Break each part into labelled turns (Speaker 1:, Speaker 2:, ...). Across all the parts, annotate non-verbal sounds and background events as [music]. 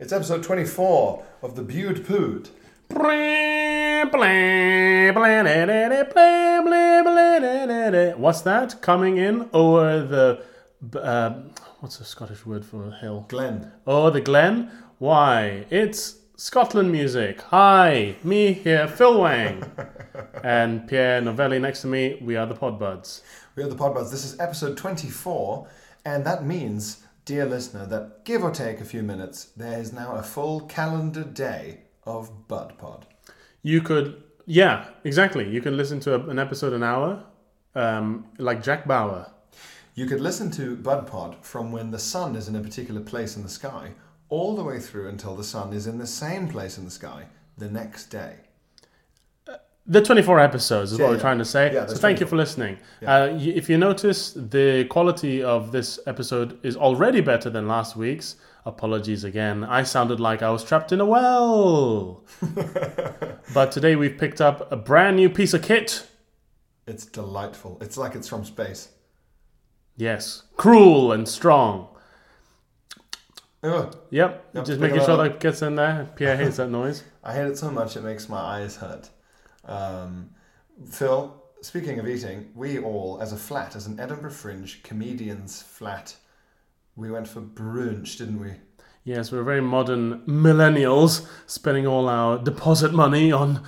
Speaker 1: It's episode 24 of the Bude Pood.
Speaker 2: What's that coming in over the uh, what's the Scottish word for hill?
Speaker 1: Glenn.
Speaker 2: Oh, the Glen. Why? It's Scotland music. Hi, me here, Phil Wang, and Pierre Novelli next to me. We are the Podbuds.
Speaker 1: We are the Podbuds. This is episode 24, and that means, dear listener, that give or take a few minutes, there is now a full calendar day of Bud Pod.
Speaker 2: You could, yeah, exactly. You can listen to a, an episode an hour, um, like Jack Bauer.
Speaker 1: You could listen to Bud Pod from when the sun is in a particular place in the sky all the way through until the sun is in the same place in the sky the next day.
Speaker 2: The 24 episodes is
Speaker 1: Yeah,
Speaker 2: what we're
Speaker 1: yeah.
Speaker 2: trying to say.
Speaker 1: Yeah,
Speaker 2: so
Speaker 1: there's 24.
Speaker 2: thank you for listening. Uh, y- if you notice, the quality of this episode is already better than last week's. Apologies again. I sounded like I was trapped in a well.
Speaker 1: [laughs]
Speaker 2: but today we've picked up a brand new piece of kit.
Speaker 1: It's delightful. It's like it's from space.
Speaker 2: Yes, cruel and strong.
Speaker 1: Ugh,
Speaker 2: Yep,
Speaker 1: Yep, pick
Speaker 2: just making
Speaker 1: it
Speaker 2: sure
Speaker 1: up.
Speaker 2: that gets in there. Pierre hates that noise.
Speaker 1: I hate it so much it makes my eyes hurt. Um, Phil, speaking of eating, we all, as a flat, as an Edinburgh Fringe comedians flat, we went for brunch, didn't we?
Speaker 2: Yes, we're very modern millennials, spending all our deposit money on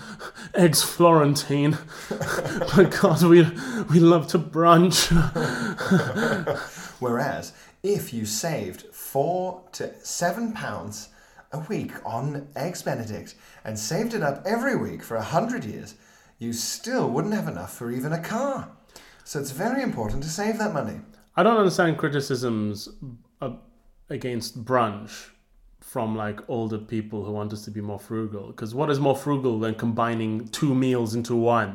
Speaker 2: eggs Florentine [laughs] because we we love to brunch. [laughs]
Speaker 1: Whereas, if you saved four to seven pounds a week on Eggs Benedict and saved it up every week for a hundred years, you still wouldn't have enough for even a car. So it's very important to save that money.
Speaker 2: I don't understand criticisms uh, against brunch from like older people who want us to be more frugal. Because what is more frugal than combining two meals into one?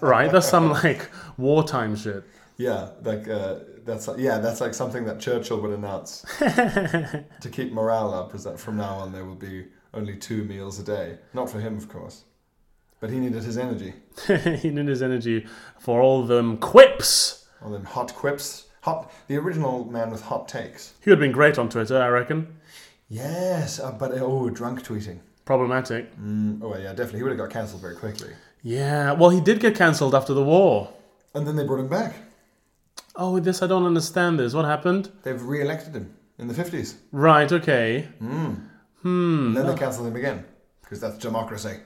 Speaker 2: right? That's some like wartime shit. [laughs]
Speaker 1: Yeah, like uh, that's yeah, that's like something that Churchill would announce to keep morale up. Is that from now on there will be only two meals a day? Not for him, of course, but he needed his energy.
Speaker 2: he needed his energy for all them quips.
Speaker 1: All them hot quips, hot the original man with hot takes.
Speaker 2: He would have been great on Twitter, I reckon.
Speaker 1: Yes, uh, but oh, drunk tweeting.
Speaker 2: Problematic.
Speaker 1: Oh well, yeah, definitely he would have got cancelled very quickly.
Speaker 2: Yeah, well, he did get cancelled after the war.
Speaker 1: And then they brought him back.
Speaker 2: Oh, this I don't understand. This what happened?
Speaker 1: They've re-elected him in the fifties.
Speaker 2: Right, okay,
Speaker 1: And then they cancelled him again because that's democracy.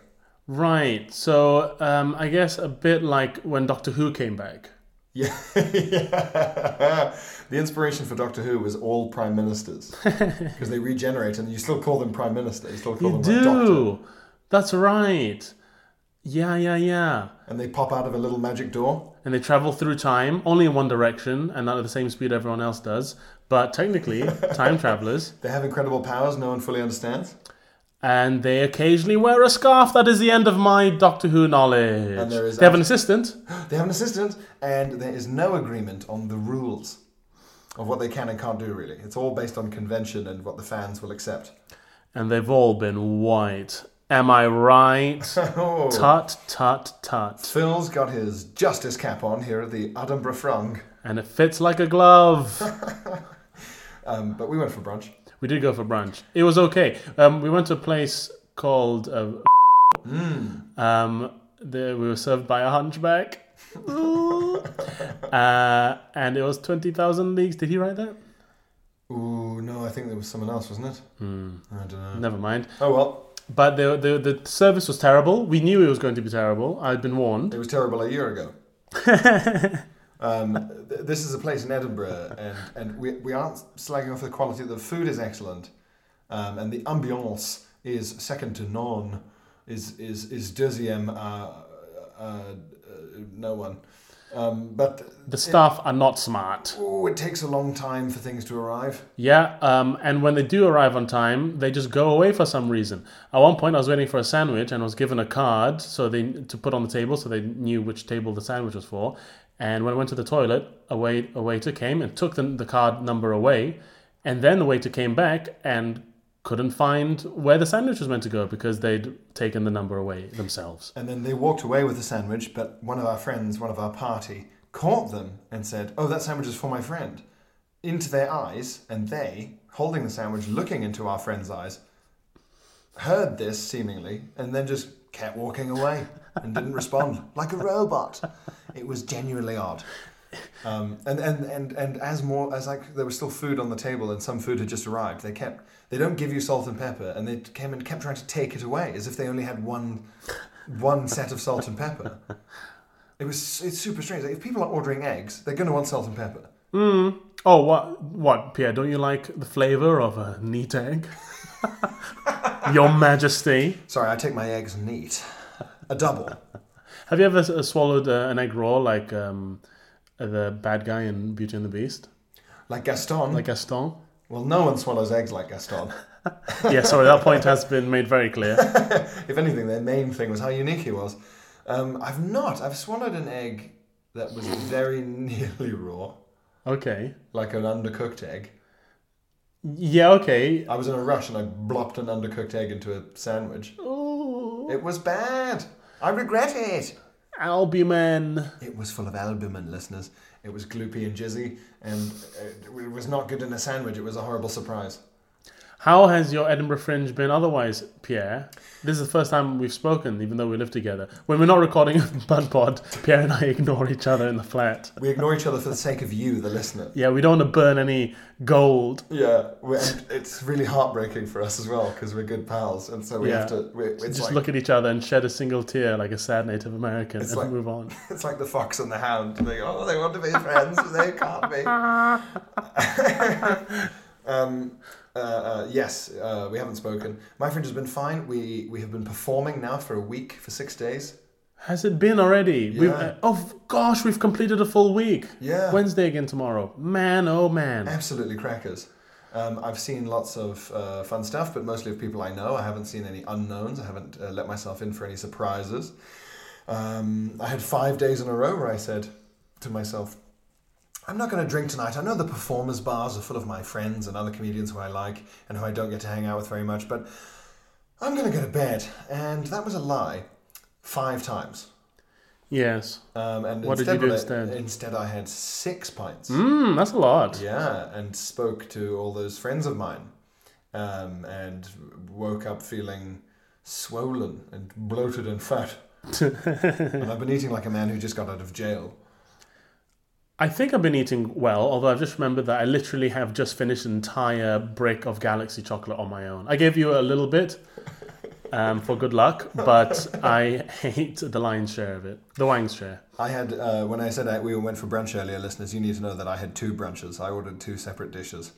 Speaker 2: right. So um, I guess a bit like when Doctor Who came back.
Speaker 1: Yeah. [laughs] The inspiration for Doctor Who was all prime ministers
Speaker 2: [laughs]
Speaker 1: because they regenerate and you still call them prime minister. You still call
Speaker 2: You
Speaker 1: them like, doctor.
Speaker 2: do. That's right. Yeah, yeah, yeah.
Speaker 1: And they pop out of a little magic door.
Speaker 2: And they travel through time, only in one direction, and not at the same speed everyone else does.
Speaker 1: [laughs]
Speaker 2: But technically, time travelers.
Speaker 1: They have incredible powers no one fully understands.
Speaker 2: And they occasionally wear a scarf. That is the end of my Doctor Who knowledge.
Speaker 1: And there is
Speaker 2: they have an assistant.
Speaker 1: They have an assistant and there is no agreement on the rules of what they can and can't do really. It's all based on convention and what the fans will accept. [laughs]
Speaker 2: and they've all been white. Am I right?
Speaker 1: Oh.
Speaker 2: Tut, tut, tut.
Speaker 1: Phil's got his justice cap on here at the Edinburgh Frong,
Speaker 2: And it fits like a glove.
Speaker 1: um, but we went for brunch.
Speaker 2: we did go for brunch. It was okay. Um, we went to a place called. Uh, um, there we were served by a hunchback. uh, and it was 20,000 leagues. Did he write that?
Speaker 1: Ooh, no, I think there was someone else, wasn't it?
Speaker 2: Hmm.
Speaker 1: I don't know.
Speaker 2: Never mind.
Speaker 1: Oh well,
Speaker 2: But the, the, the service was terrible. We knew it was going to be terrible. I'd been warned.
Speaker 1: it was terrible a year ago. um, th- this is a place in Edinburgh, and, and we, we aren't slagging off the quality. The food is excellent, um, and the ambiance is second to none. um, Is is is deuxième, uh, uh, uh, no one. Um, but
Speaker 2: The staff are not smart.
Speaker 1: ooh, it takes a long time for things to arrive.
Speaker 2: Yeah, um, and when they do arrive on time, they just go away for some reason. At one point, I was waiting for a sandwich and was given a card so they to put on the table so they knew which table the sandwich was for. And when I went to the toilet, a, wait, a waiter came and took the, the card number away. And then the waiter came back and couldn't find where the sandwich was meant to go because they'd taken the number away themselves.
Speaker 1: And then they walked away with the sandwich, but one of our friends, one of our party, caught them and said, Oh, that sandwich is for my friend. Into their eyes, and they, holding the sandwich, looking into our friend's eyes, heard this seemingly, and then just kept walking away and didn't respond [laughs] like a robot. It was genuinely odd. Um, and, and, and, and as more as like there was still food on the table and some food had just arrived, they kept they don't give you salt and pepper and they came and kept trying to take it away as if they only had one one set of salt and pepper. [laughs] It was it's super strange. Like, if people are ordering eggs, they're going to want salt and pepper.
Speaker 2: Oh, what, what, Pierre? Don't you like the flavor of a neat egg? [laughs] Your Majesty.
Speaker 1: Sorry, I take my eggs neat, a double.
Speaker 2: Have you ever uh, swallowed uh, an egg raw like um, the bad guy in Beauty and the Beast,
Speaker 1: Like Gaston.
Speaker 2: like
Speaker 1: [laughs]
Speaker 2: Gaston?
Speaker 1: well, no one swallows eggs like Gaston.
Speaker 2: Yeah, sorry, that point has been made very clear.
Speaker 1: if anything, their main thing was how unique he was. Um, I've not. I've swallowed an egg that was very [laughs] nearly raw,
Speaker 2: Okay.
Speaker 1: like an undercooked egg.
Speaker 2: Yeah, okay.
Speaker 1: I was in a rush and I blopped an undercooked egg into a sandwich.
Speaker 2: Oh,
Speaker 1: It was bad. I regret it.
Speaker 2: Albumen.
Speaker 1: It was full of albumin, listeners. It was gloopy and jizzy, and it it was not good in a sandwich. It was a horrible surprise.
Speaker 2: How has your Edinburgh Fringe been otherwise, Pierre? This is the first time we've spoken, even though we live together. When we're not recording [laughs] Bud Pod, Pierre and I ignore each other in the flat.
Speaker 1: We ignore each other for the sake of you, the listener.
Speaker 2: Yeah, we don't want to burn any gold.
Speaker 1: Yeah, we- and it's really heartbreaking for us as well because we're good pals, and so we
Speaker 2: Yeah.
Speaker 1: have to. We, it's
Speaker 2: Just
Speaker 1: like,
Speaker 2: look at each other and shed a single tear like a sad Native American and
Speaker 1: like-
Speaker 2: move on.
Speaker 1: It's like the fox and the hound. They go, oh, they want to be friends, but they can't
Speaker 2: [laughs]
Speaker 1: be. um, uh, uh, yes, uh, we haven't spoken. My friend has been fine. We we have been performing now for a week, for six days.
Speaker 2: Has it been already? We've,
Speaker 1: Yeah.
Speaker 2: uh, oh gosh, we've completed a full week.
Speaker 1: Yeah.
Speaker 2: Wednesday again tomorrow. Man, oh man.
Speaker 1: Absolutely crackers. Um, I've seen lots of uh, fun stuff, but mostly of people I know. I haven't seen any unknowns. I haven't uh, let myself in for any surprises. Um, I had five days in a row where I said to myself, I'm not going to drink tonight. I know the performers' bars are full of my friends and other comedians who I like and who I don't get to hang out with very much, but I'm going to go to bed. And that was a lie five times.
Speaker 2: Yes.
Speaker 1: Um, and
Speaker 2: What did you
Speaker 1: instead
Speaker 2: do
Speaker 1: of it-
Speaker 2: instead?
Speaker 1: Instead, I had six pints.
Speaker 2: Hmm, that's a lot.
Speaker 1: Yeah, and spoke to all those friends of mine, um, and woke up feeling swollen and bloated and fat. and I've been eating like a man who just got out of jail.
Speaker 2: I think I've been eating well, although I've just remembered that I literally have just finished an entire brick of Galaxy chocolate on my own. I gave you a little bit um, for good luck,
Speaker 1: [laughs]
Speaker 2: but I hate the lion's share of it. The Wang's share.
Speaker 1: I had uh, when I said I, we went for brunch earlier, listeners. You need to know that I had two brunches. I ordered two separate dishes.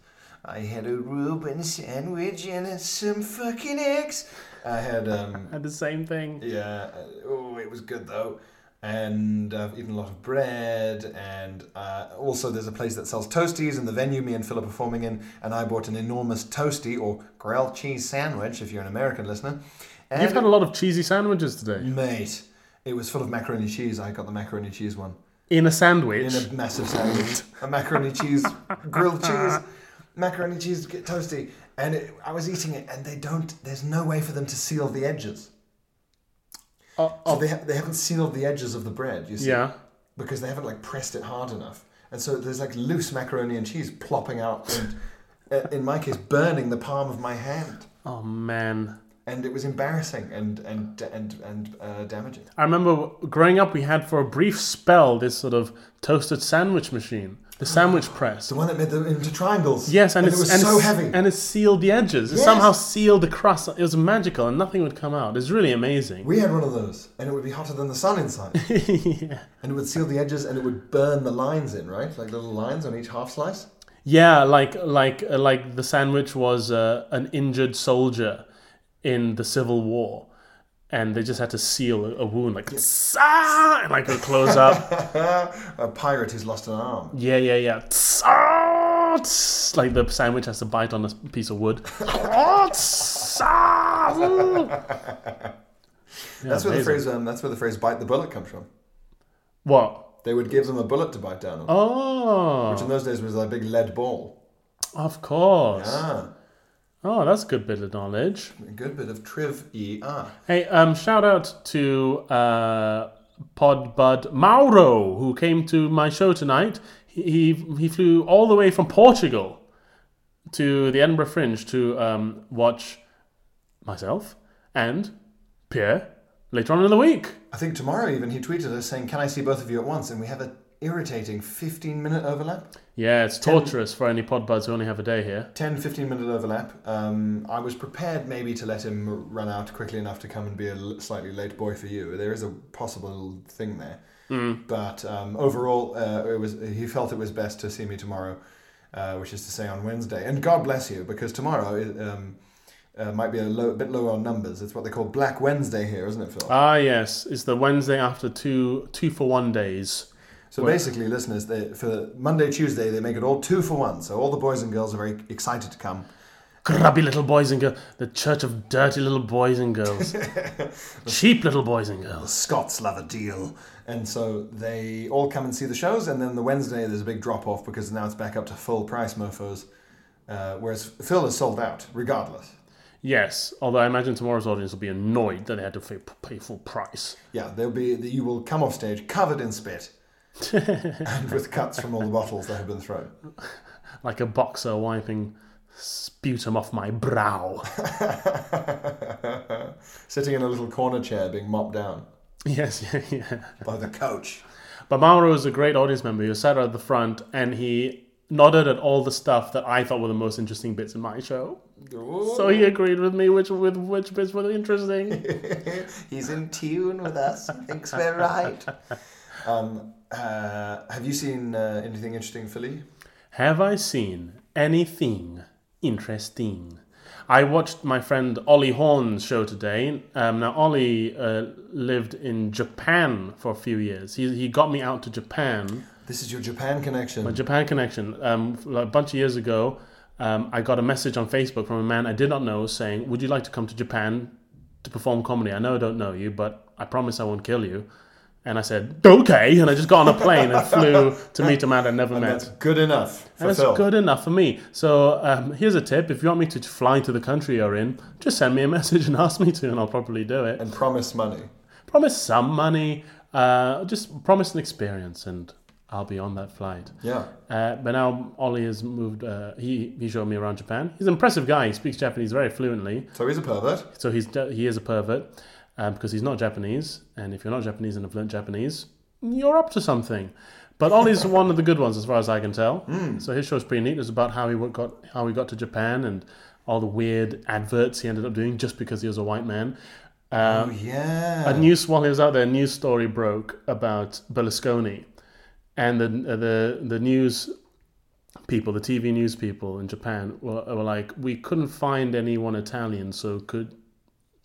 Speaker 1: I had a Reuben sandwich and some fucking eggs. I had um,
Speaker 2: I had the same thing.
Speaker 1: Yeah, uh, oh, it was good though. And I've eaten a lot of bread, and uh, also there's a place that sells toasties in the venue me and Phil are performing in, and I bought an enormous toastie or grilled cheese sandwich if you're an American listener. And
Speaker 2: You've had a lot of cheesy sandwiches
Speaker 1: Mm.
Speaker 2: today.
Speaker 1: mate, it was full of macaroni and cheese. I got the macaroni and cheese one
Speaker 2: In a sandwich.
Speaker 1: in a massive sandwich, a macaroni cheese, grilled cheese, macaroni cheese get toasty, and it, I was eating it, and they don't. There's no way for them to seal the edges.
Speaker 2: Oh,
Speaker 1: So they, ha- they haven't sealed the edges of the bread, you see,
Speaker 2: yeah.
Speaker 1: because they haven't like pressed it hard enough, and so there's like loose macaroni and cheese plopping out, and uh, in my case, burning the palm of my hand,
Speaker 2: Oh man.
Speaker 1: and it was embarrassing and and and and uh, damaging.
Speaker 2: I remember growing up, we had for a brief spell this sort of toasted sandwich machine,
Speaker 1: [gasps]
Speaker 2: the sandwich press.
Speaker 1: The one that made them into triangles.
Speaker 2: Yes, and,
Speaker 1: it
Speaker 2: it's
Speaker 1: was
Speaker 2: and
Speaker 1: so
Speaker 2: it's,
Speaker 1: heavy.
Speaker 2: and it sealed the edges. It
Speaker 1: Yes.
Speaker 2: somehow sealed the crust. It was magical, and nothing would come out. It's really amazing.
Speaker 1: we had one of those, and it would be hotter than the sun inside,
Speaker 2: [laughs] yeah.
Speaker 1: and it would seal the edges, and it would burn the lines in, right? Like little lines on each half slice.
Speaker 2: yeah, like like uh, like the sandwich was uh, an injured soldier in the Civil War, and they just had to seal a, a wound, like "Tsa!" [laughs] and like a close up.
Speaker 1: a pirate who's lost an arm.
Speaker 2: yeah, yeah, yeah. "Tsa!" Tss. Like the sandwich has to bite on a s- piece of wood. [laughs] "Tsa!" Yeah,
Speaker 1: That's where the
Speaker 2: amazing.
Speaker 1: phrase um, that's where the phrase bite the bullet comes from.
Speaker 2: What?
Speaker 1: They would give them a bullet to bite down on. Which
Speaker 2: Oh,
Speaker 1: in those days was like a big lead ball.
Speaker 2: of course.
Speaker 1: Ah,
Speaker 2: Oh, that's a good bit of knowledge.
Speaker 1: a good bit of triv er.
Speaker 2: Hey, um, shout out to uh, Podbud Mauro, who came to my show tonight. He, he he flew all the way from Portugal to the Edinburgh Fringe to um, watch myself and Pierre later on in the week.
Speaker 1: I think tomorrow even he tweeted us saying, "Can I see both of you at once?" And we have an irritating 15 minute overlap.
Speaker 2: Yeah, it's torturous for any Podbuds who only have a day here.
Speaker 1: 10 15 minute overlap. Um, I was prepared maybe to let him run out quickly enough to come and be a l- slightly late boy for you. There is a possible thing there. But um, overall, uh, it was he felt it was best to see me tomorrow, uh, which is to say on Wednesday. And God bless you, because tomorrow it, um, uh, might be a, low, a bit lower on numbers. It's what they call Black Wednesday here, isn't it, Phil?
Speaker 2: Ah, yes, it's the Wednesday after two two for one days.
Speaker 1: So basically, listeners, they, for Monday, Tuesday, they make it all two for one. So all the boys and girls are very excited to come.
Speaker 2: Grubby little boys and girls, the church of dirty little boys and girls, cheap little boys and girls.
Speaker 1: The Scots love a deal. And so they all come and see the shows. And then the Wednesday, there's a big drop off because now it's back up to full price mofos. Uh, whereas Phil is sold out, regardless.
Speaker 2: Yes, although I imagine tomorrow's audience will be annoyed that they had to pay, pay full price.
Speaker 1: Yeah, there'll be you will come off stage covered in spit and with cuts from all the bottles that have been thrown. [laughs]
Speaker 2: Like a boxer wiping sputum off my brow. [laughs]
Speaker 1: Sitting in a little corner chair being mopped down
Speaker 2: yes, yeah, yeah.
Speaker 1: by the coach.
Speaker 2: But Mauro was a great audience member. He was sat at the front and he nodded at all the stuff that I thought were the most interesting bits in my show. So he agreed with me which with which bits were interesting.
Speaker 1: He's in tune with us. He thinks we're right. Um, uh, have you seen uh, anything interesting, Philly?
Speaker 2: Have I seen anything interesting? I watched my friend Ollie Horn's show today. Um, now, Ollie uh, lived in Japan for a few years. He, he got me out to Japan,
Speaker 1: This is your Japan connection.
Speaker 2: a Japan connection. Um, a bunch of years ago, um, I got a message on Facebook from a man I did not know saying, Would you like to come to Japan to perform comedy? I know I don't know you, but I promise I won't kill you. And I said, Okay. And I just got on a plane and flew to meet a man I never met.
Speaker 1: That's good enough for
Speaker 2: That's
Speaker 1: Phil.
Speaker 2: good enough for me. So um, here's a tip: if you want me to fly to the country you're in, just send me a [laughs] message and ask me to, and I'll probably do it.
Speaker 1: And promise money.
Speaker 2: promise some money, uh, just promise an experience, and I'll be on that flight.
Speaker 1: Yeah.
Speaker 2: Uh, but now Ollie has moved. Uh, he he showed me around Japan. He's an impressive guy. He speaks Japanese very fluently.
Speaker 1: So he's a pervert.
Speaker 2: So he's he is a pervert um, because he's not Japanese, and if you're not Japanese and have learnt Japanese, you're up to something. But Ollie's one of the good ones, as far as I can tell. So his show's pretty neat. It's about how he wa- got how he got to Japan and all the weird adverts he ended up doing just because he was a white man.
Speaker 1: oh
Speaker 2: Um,
Speaker 1: yeah.
Speaker 2: a news while he was out there, a news story broke about Berlusconi, and the the the news people, the TV news people in Japan were, were like, we couldn't find anyone Italian, so could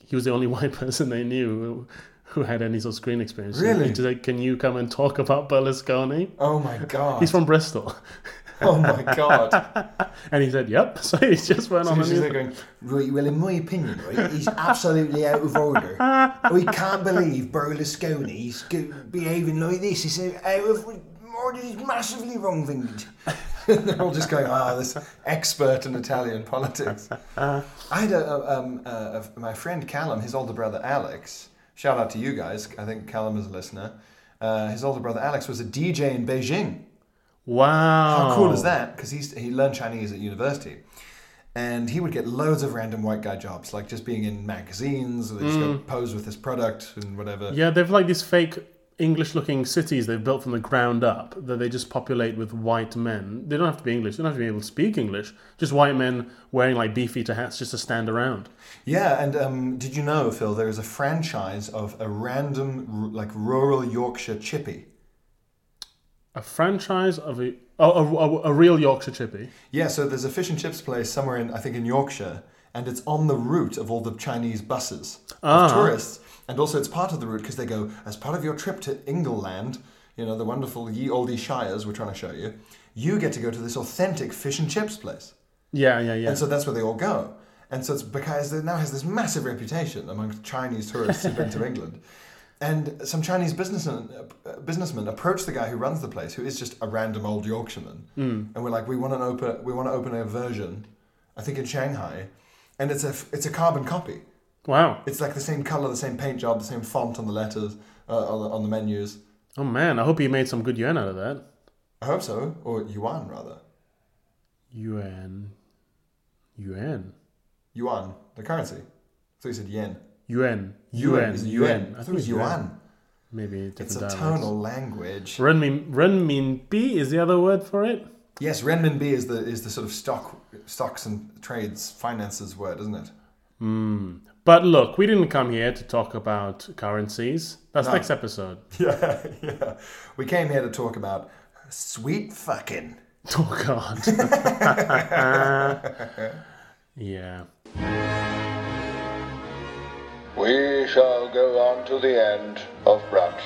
Speaker 2: he was the only [laughs] white person they knew who, who had any sort of screen experience. So
Speaker 1: Really?
Speaker 2: he said, can you come and talk about Berlusconi?
Speaker 1: oh my god.
Speaker 2: He's from Bristol,
Speaker 1: [laughs]
Speaker 2: [laughs]
Speaker 1: oh my god.
Speaker 2: and he said, yep. [laughs] So he just went on.
Speaker 1: He's
Speaker 2: the
Speaker 1: just
Speaker 2: news.
Speaker 1: there going, right, well, in my opinion, right, he's absolutely out of order. We can't believe Berlusconi's go- behaving like this. It's out of order. He's massively wrong [laughs] thing. They're all just going, ah, this expert in Italian politics. I had a, a- um, uh, a- my friend Callum, his older brother Alex. Shout out to you guys. I think Callum is a listener. Uh, his older brother Alex was a DJ in Beijing.
Speaker 2: wow.
Speaker 1: How cool is that? Because he learned Chinese at university. And he would get loads of random white guy jobs, like just being in magazines, or they just go pose with this product and whatever.
Speaker 2: Yeah, they've like these fake English-looking cities they've built from the ground up that they just populate with white men. They don't have to be English. They don't have to be able to speak English. Just white men wearing like beefeater hats just to stand around.
Speaker 1: Yeah, and um, did you know, Phil, there is a franchise of a random, r- like rural Yorkshire chippy.
Speaker 2: A franchise of a oh, a, a, a real Yorkshire chippy.
Speaker 1: Yeah, so there's a fish and chips place somewhere in, I think, in Yorkshire, and it's on the route of all the Chinese buses of tourists. And also, it's part of the route because they go, as part of your trip to Ingleland, you know, the wonderful ye olde shires we're trying to show you, you get to go to this authentic fish and chips place.
Speaker 2: Yeah, yeah, yeah.
Speaker 1: And so that's where they all go. And so it's because it now has this massive reputation among Chinese tourists who've been [laughs] to England. And some Chinese businessmen, uh, businessmen approached the guy who runs the place, who is just a random old Yorkshireman. Mm. And we're like, we want an open, we want to open a version, I think in Shanghai, and it's a f- it's a carbon copy.
Speaker 2: wow.
Speaker 1: It's like the same color, the same paint job, the same font on the letters, uh, on, the, on the menus.
Speaker 2: Oh man, I hope he made some good yuan out of that.
Speaker 1: I hope so, or yuan rather,
Speaker 2: Yuan. Yuan.
Speaker 1: yuan, the currency. So he said yen.
Speaker 2: Yuan.
Speaker 1: Yuan is yuan. I thought it was yuan.
Speaker 2: Maybe different
Speaker 1: It's a
Speaker 2: dialects.
Speaker 1: tonal language.
Speaker 2: Renmin renminbi is the other word for it.
Speaker 1: Yes, renminbi is the is the sort of stock stocks and trades finances word, isn't it?
Speaker 2: But look, we didn't come here to talk about currencies. That's next episode. [laughs]
Speaker 1: Yeah, yeah. We came here to talk about sweet fucking.
Speaker 2: Oh God. [laughs] yeah.
Speaker 3: We shall go on to the end of brunch.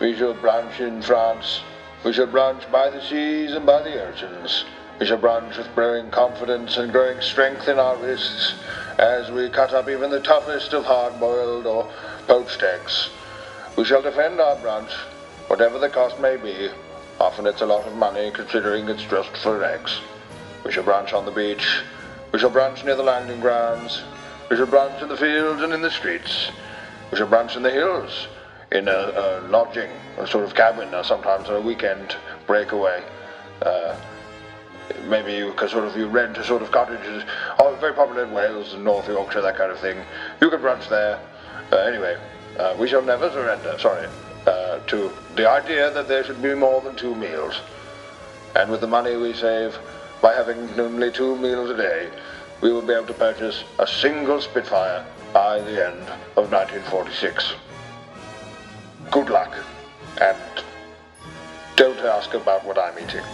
Speaker 3: We shall brunch in France. We shall brunch by the seas and by the oceans. We shall brunch with growing confidence and growing strength in our wrists as we cut up even the toughest of hard boiled or poached eggs. We shall defend our brunch, whatever the cost may be. Often it's a lot of money considering it's just for eggs. We shall brunch on the beach. We shall brunch near the landing grounds. We shall brunch in the fields and in the streets. We shall brunch in the hills, in a, a lodging, a sort of cabin, or sometimes on a weekend breakaway. Uh, maybe you can sort of you rent a sort of cottages, oh, very popular in Wales and North Yorkshire, that kind of thing. You can brunch there. Uh, anyway, uh, we shall never surrender. Sorry, uh, to the idea that there should be more than two meals. And with the money we save, by having only two meals a day, we will be able to purchase a single Spitfire by the end of 1946. Good luck, and don't ask about what I'm eating.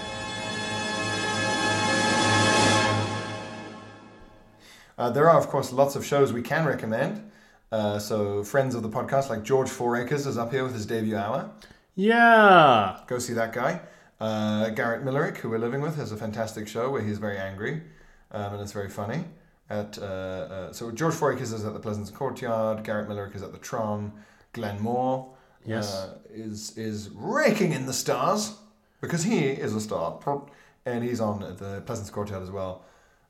Speaker 1: Uh, there are, of course, lots of shows we can recommend. Uh, so, friends of the podcast, like George Fouracres, is up here with his debut hour.
Speaker 2: Yeah.
Speaker 1: Go see that guy. Uh, Garrett Millerick, who we're living with, has a fantastic show where he's very angry um, and it's very funny. At uh, uh, So, George Fouracres is at the Pleasance Courtyard, Garrett Millerick is at the Tron, Glenn Moore
Speaker 2: Yes.
Speaker 1: uh, is, is raking in the stars because he is a star. And he's on at the Pleasance Courtyard as well.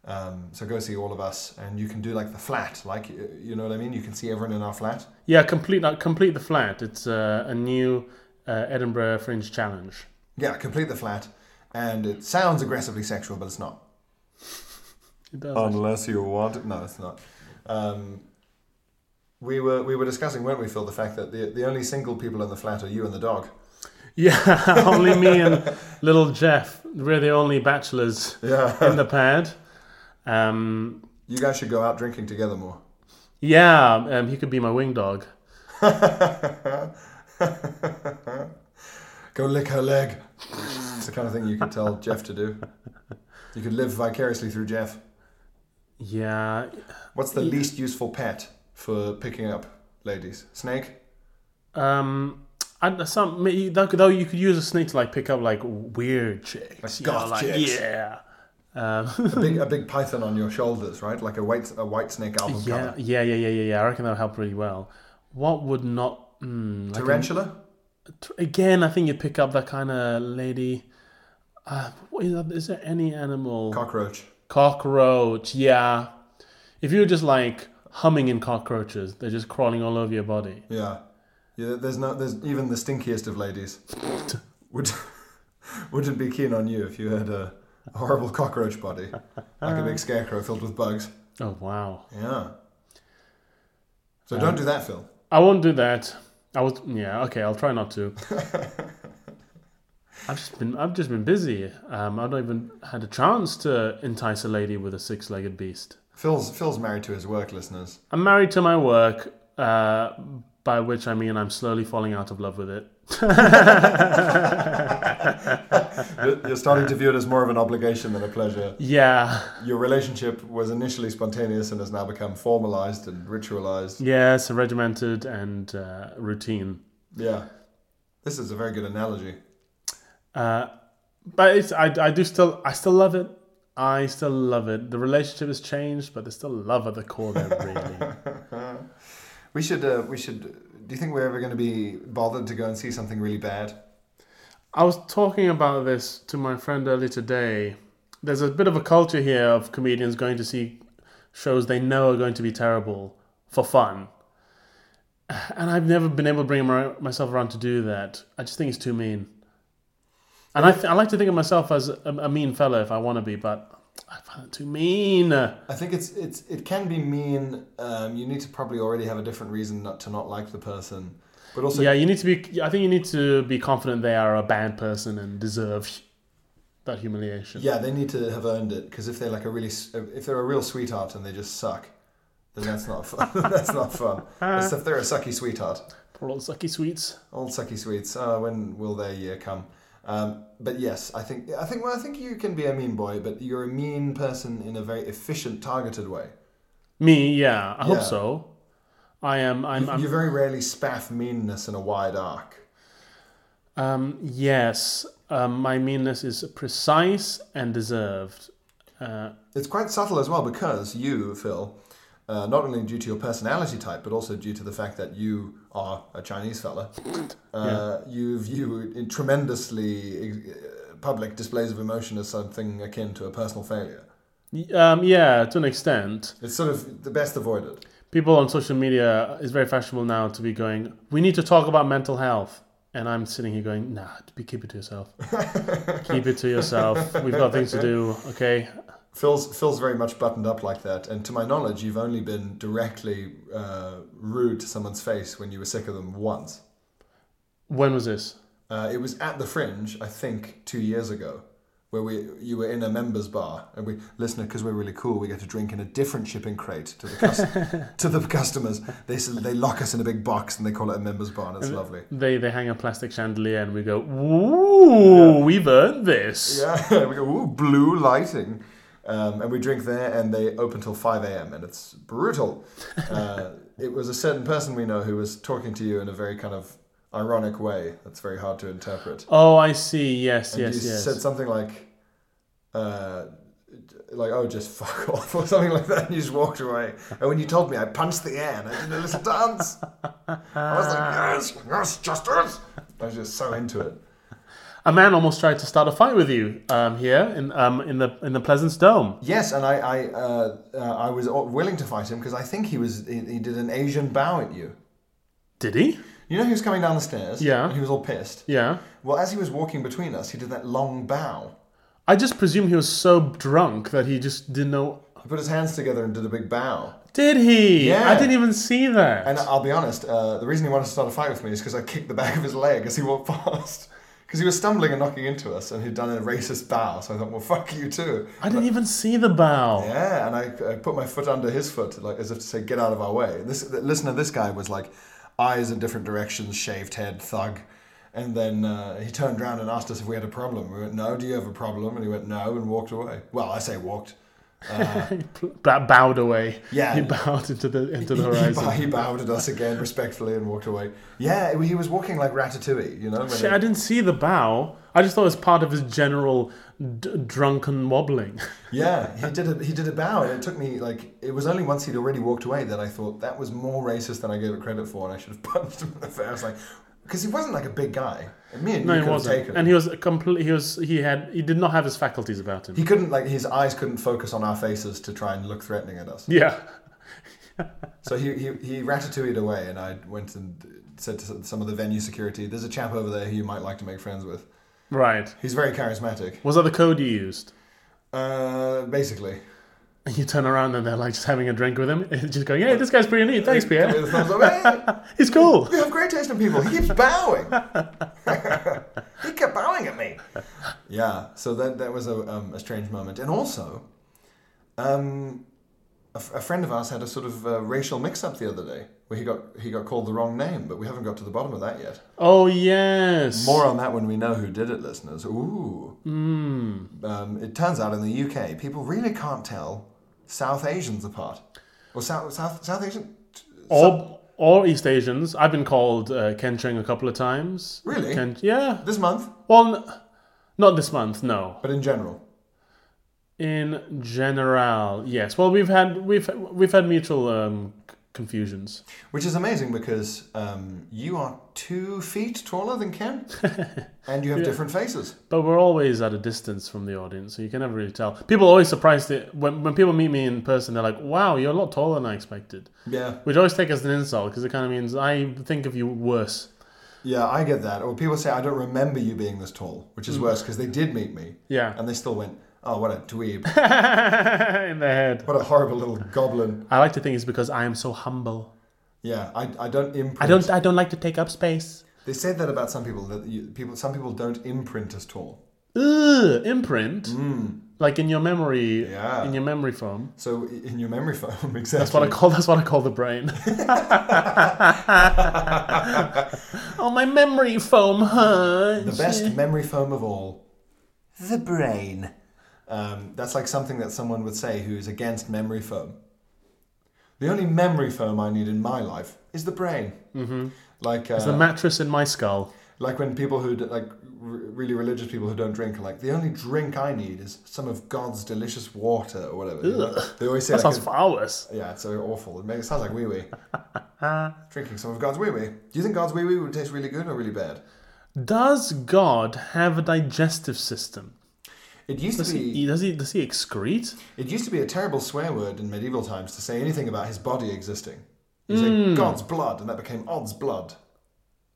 Speaker 1: Um, so go see all of us, and you can do like the flat, like y- you know what I mean. You can see everyone in our flat.
Speaker 2: Yeah. Complete. Uh, complete the flat. It's uh, a new uh, Edinburgh Fringe challenge.
Speaker 1: Yeah, complete the flat, and it sounds aggressively sexual, but it's not.
Speaker 2: It does.
Speaker 1: Um, Unless you want, no, it's not. Um, we were we were discussing, weren't we, Phil, the fact that the the only single people in the flat are you and the dog.
Speaker 2: [laughs] Yeah. only me and little Jeff. We're the only bachelors in the pad. Um,
Speaker 1: [laughs] You guys should go out drinking together more.
Speaker 2: Yeah, um, he could be my wing dog.
Speaker 1: Go lick her leg. It's the kind of thing you could tell Jeff to do. You could live vicariously through Jeff.
Speaker 2: Yeah,
Speaker 1: What's the least useful pet for picking up ladies? Snake?
Speaker 2: um, I, some may- though though you could use a snake to like pick up like weird chicks, you know,
Speaker 1: goth
Speaker 2: like,
Speaker 1: chicks.
Speaker 2: yeah, um,
Speaker 1: A big, a big python on your shoulders, right? Like a white, a white snake album
Speaker 2: yeah,
Speaker 1: cover.
Speaker 2: yeah, yeah, yeah, yeah, yeah. I reckon that would help really well. What would not? Mm, like
Speaker 1: Tarantula?
Speaker 2: tr- again, I think you pick up that kind of lady. Uh, what is, that? is there any animal?
Speaker 1: Cockroach.
Speaker 2: cockroach. Yeah, if you're just like humming in cockroaches, they're just crawling all over your body.
Speaker 1: Yeah. Yeah, there's no, there's even the stinkiest of ladies would [laughs] wouldn't be keen on you if you had a horrible cockroach body, like a big scarecrow filled with bugs.
Speaker 2: Oh wow.
Speaker 1: Yeah. So don't do that, Phil.
Speaker 2: I won't do that. I was yeah okay. I'll try not to. I've just been I've just been busy. Um, I don't even had a chance to entice a lady with a six-legged beast.
Speaker 1: Phil's Phil's married to his work, listeners.
Speaker 2: I'm married to my work, uh, by which I mean I'm slowly falling out of love with it. [laughs]
Speaker 1: You're you're starting to view it as more of an obligation than a pleasure.
Speaker 2: yeah.
Speaker 1: Your relationship was initially spontaneous and has now become formalized and ritualized.
Speaker 2: Yes, regimented and uh, routine.
Speaker 1: Yeah. This is a very good analogy.
Speaker 2: Uh, but it's, I, I do still I still love it. I still love it. The relationship has changed, but there's still love at the core of it. Really,
Speaker 1: We should, uh, we should, do you think we're ever going to be bothered to go and see something really bad?
Speaker 2: I was talking about this to my friend earlier today. There's a bit of a culture here of comedians going to see shows they know are going to be terrible for fun, and I've never been able to bring my, myself around to do that. I just think it's too mean. And I, th- I like to think of myself as a, a mean fella if I want to be, but I find it too mean.
Speaker 1: I think it's, it's, it can be mean. Um, you need to probably already have a different reason not to not like the person. But also,
Speaker 2: yeah, you need to be. I think you need to be confident they are a bad person and deserve hu- that humiliation.
Speaker 1: Yeah, they need to have earned it because if they're like a really, s- if they're a real sweetheart and they just suck, then that's not fun. [laughs] that's not fun. That's if they're a sucky sweetheart,
Speaker 2: Poor old sucky sweets.
Speaker 1: old sucky sweets. Uh, when will their year come? Um, but yes, I think I think well, I think you can be a mean boy, but you're a mean person in a very efficient, targeted way.
Speaker 2: Me, yeah. I hope
Speaker 1: Yeah.
Speaker 2: so. I am. I'm.
Speaker 1: You
Speaker 2: I'm
Speaker 1: very rarely spaff meanness in a wide arc.
Speaker 2: um, yes. Um, my meanness is precise and deserved. Uh,
Speaker 1: It's quite subtle as well because you, Phil, uh, not only due to your personality type, but also due to the fact that you are a Chinese fella, uh, you view in tremendously uh, public displays of emotion as something akin to a personal failure.
Speaker 2: y- um, yeah, to an extent.
Speaker 1: It's sort of the best avoided.
Speaker 2: People on social media uh, is very fashionable now to be going. We need to talk about mental health. And I'm sitting here going, nah, be, keep it to
Speaker 1: [laughs]
Speaker 2: yourself. keep it to yourself. We've got things to do. Okay,
Speaker 1: Phil's, Phil's very much buttoned up like that, and to my knowledge, you've only been directly uh, rude to someone's face when you were sick of them once.
Speaker 2: When was this?
Speaker 1: Uh, it was at the Fringe, I think, two years ago, where we you were in a members bar, and we listener because we're really cool, we get to drink in a different shipping crate to the cus- to the customers. They s- they lock us in a big box and they call it a members bar, and it's
Speaker 2: [laughs]
Speaker 1: lovely.
Speaker 2: They they hang a plastic chandelier and we go, ooh, we've earned this.
Speaker 1: Yeah, [laughs] we go ooh blue lighting, um, and we drink there, and they open till five a.m. and it's brutal. Uh, it was a certain person we know who was talking to you in a very kind of ironic way that's very hard to interpret.
Speaker 2: Oh, I see. Yes,
Speaker 1: And
Speaker 2: yes,
Speaker 1: you
Speaker 2: yes.
Speaker 1: said something like, uh, like oh, just [laughs] fuck off or something like that, and you just walked away. And when you told me, I punched the air and I did a little dance. I was like, yes, yes, justice. I was just so into it.
Speaker 2: a man almost tried to start a fight with you um, here in um, in the in the Pleasance Dome.
Speaker 1: Yes, and I, I, uh, uh, I was willing to fight him because I think he was he, he did an Asian bow at you.
Speaker 2: Did he?
Speaker 1: You know he was coming down the stairs.
Speaker 2: Yeah.
Speaker 1: and he was all pissed.
Speaker 2: Yeah.
Speaker 1: Well, as he was walking between us, he did that long bow.
Speaker 2: I just presume he was so drunk that he just didn't know.
Speaker 1: He put his hands together and did a big bow.
Speaker 2: Did he?
Speaker 1: Yeah.
Speaker 2: I didn't even see that.
Speaker 1: And I'll be honest, uh, the reason he wanted to start a fight with me is because I kicked the back of his leg as he walked [laughs] past. Because he was stumbling and knocking into us, and he'd done a racist bow. So I thought, well, fuck you too.
Speaker 2: I didn't even see the bow.
Speaker 1: Yeah, and I, I put my foot under his foot, like as if to say, get out of our way. This th- listen to this guy was like, eyes in different directions, shaved head, thug. And then uh, he turned around and asked us if we had a problem. We went, no. Do you have a problem? And he went, no, and walked away. Well, I say walked.
Speaker 2: That bowed away.
Speaker 1: Yeah.
Speaker 2: He [laughs] bowed into the into the
Speaker 1: [laughs] He- he bow-
Speaker 2: horizon.
Speaker 1: He, bowed at us again respectfully and walked away. Yeah, he was walking like Ratatouille, you know. when
Speaker 2: Shit,
Speaker 1: he-
Speaker 2: I didn't see the bow. I just thought it was part of his general d- drunken wobbling. [laughs]
Speaker 1: Yeah, he did a he did a bow, and it took me like it was only once he'd already walked away that I thought that was more racist than I gave it credit for, and I should have [laughs] punched him in the face. I was like, because he wasn't like a big guy. And me and
Speaker 2: No,
Speaker 1: you
Speaker 2: he
Speaker 1: could have
Speaker 2: wasn't.
Speaker 1: taken.
Speaker 2: And
Speaker 1: him.
Speaker 2: he was completely. He was. He had. He did not have his faculties about him.
Speaker 1: he couldn't like his eyes couldn't focus on our faces to try and look threatening at us.
Speaker 2: yeah.
Speaker 1: So he he he ratatouille'd away, and I went and said to some of the venue security, "There's a chap over there who you might like to make friends with.
Speaker 2: Right.
Speaker 1: He's very charismatic."
Speaker 2: Was that the code you used?
Speaker 1: Uh, basically.
Speaker 2: You turn around and they're like just having a drink with him, just going, "Hey, this guy's pretty neat. Thanks,
Speaker 1: Give
Speaker 2: Pierre.
Speaker 1: me the thumbs up. [laughs] Hey!
Speaker 2: He's cool."
Speaker 1: You have great taste in people. [laughs] He keeps bowing. he kept bowing at me. Yeah, so that that was a, um, a strange moment, and also, um, a, f- a friend of ours had a sort of uh, racial mix-up the other day where he got he got called the wrong name, but we haven't got to the bottom of that yet.
Speaker 2: Oh yes.
Speaker 1: More on that when we know who did it, listeners. Ooh. Um, it turns out in the UK, people really can't tell South Asians apart. Or South South South Asian.
Speaker 2: Or or East Asians. I've been called uh, Kencheng a couple of times.
Speaker 1: Really?
Speaker 2: Ken- yeah.
Speaker 1: This month,
Speaker 2: Well, n- not this month. No.
Speaker 1: but in general.
Speaker 2: In general, yes. Well, we've had we've we've had mutual um, c- confusions.
Speaker 1: Which is amazing because um, you are two feet taller than Ken,
Speaker 2: [laughs]
Speaker 1: and you have different faces.
Speaker 2: But we're always at a distance from the audience, so you can never really tell. People are always surprised that when, when people meet me in person, they're like, wow, you're a lot taller than I expected.
Speaker 1: Yeah,
Speaker 2: Which I always take as an insult because it kind of means I think of you worse.
Speaker 1: yeah, I get that. Or people say I don't remember you being this tall, which is worse because they did meet me.
Speaker 2: Mm. Yeah.
Speaker 1: and they still went, "Oh, what a dweeb!
Speaker 2: [laughs] in their head.
Speaker 1: what a horrible
Speaker 2: [laughs]
Speaker 1: little goblin!"
Speaker 2: I like to think it's because I am so humble.
Speaker 1: Yeah, I, I don't imprint.
Speaker 2: I don't I don't like to take up space.
Speaker 1: They said that about some people that you, people some people don't imprint as tall.
Speaker 2: Ugh, imprint. Like in your memory
Speaker 1: Mm. Yeah.
Speaker 2: in your memory foam.
Speaker 1: So i- in your memory [laughs] foam, exactly.
Speaker 2: That's what I call that's what I call the
Speaker 1: [laughs]
Speaker 2: brain. oh my memory foam hurts.
Speaker 1: the best memory foam of all, the brain. Um, that's like something that someone would say who is against memory foam. The only memory foam I need in my life is the brain. Mm-hmm. Like uh,
Speaker 2: It's the mattress in my skull.
Speaker 1: like when people who d- like r- really religious people who don't drink are like the only drink I need is some of God's delicious water or whatever. you know? They always say
Speaker 2: That
Speaker 1: like,
Speaker 2: sounds
Speaker 1: a-
Speaker 2: far worse.
Speaker 1: Yeah, it's so awful. It, makes, it sounds like wee wee.
Speaker 2: [laughs]
Speaker 1: Drinking some of God's wee wee. Do you think God's wee wee would taste really good or really bad?
Speaker 2: Does God have a digestive system?
Speaker 1: It used
Speaker 2: Does
Speaker 1: to be.
Speaker 2: he, does he does he excrete?
Speaker 1: It used to be a terrible swear word in medieval times to say anything about his body existing. You say God's blood, and that became Od's blood.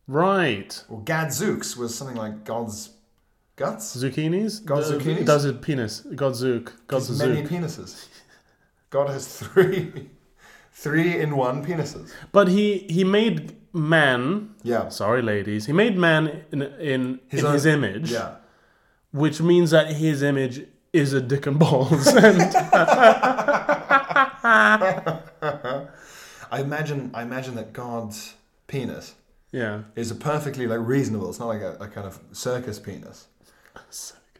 Speaker 2: Right.
Speaker 1: Or Gadzooks was something like God's guts.
Speaker 2: Zucchinis?
Speaker 1: God's
Speaker 2: Th-
Speaker 1: zucchinis?
Speaker 2: Does it penis? God's zook. God's
Speaker 1: His
Speaker 2: zook.
Speaker 1: many penises. God has three, three in one penises.
Speaker 2: But he he made man.
Speaker 1: Yeah.
Speaker 2: Sorry, ladies. He made man in in his, in
Speaker 1: own-
Speaker 2: his image,
Speaker 1: Yeah.
Speaker 2: which means that his image is a dick and balls. [laughs] and
Speaker 1: I imagine. I imagine that God's penis
Speaker 2: yeah,
Speaker 1: is a perfectly like reasonable. It's not like a, a kind of circus penis.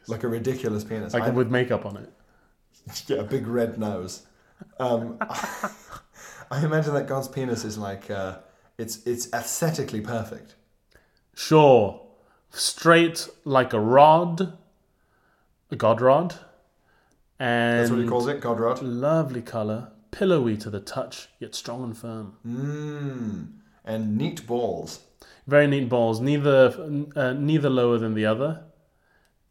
Speaker 1: Like a ridiculous penis.
Speaker 2: like
Speaker 1: I'm-
Speaker 2: with makeup on it.
Speaker 1: [laughs] Yeah, a big red nose. Um, [laughs] I imagine that God's penis is like uh, it's it's aesthetically perfect.
Speaker 2: Sure, straight like a rod, a god rod, and
Speaker 1: That's what he calls it, God rod.
Speaker 2: lovely color, pillowy to the touch, yet strong and firm.
Speaker 1: And neat balls.
Speaker 2: Very neat balls, neither uh, neither lower than the other,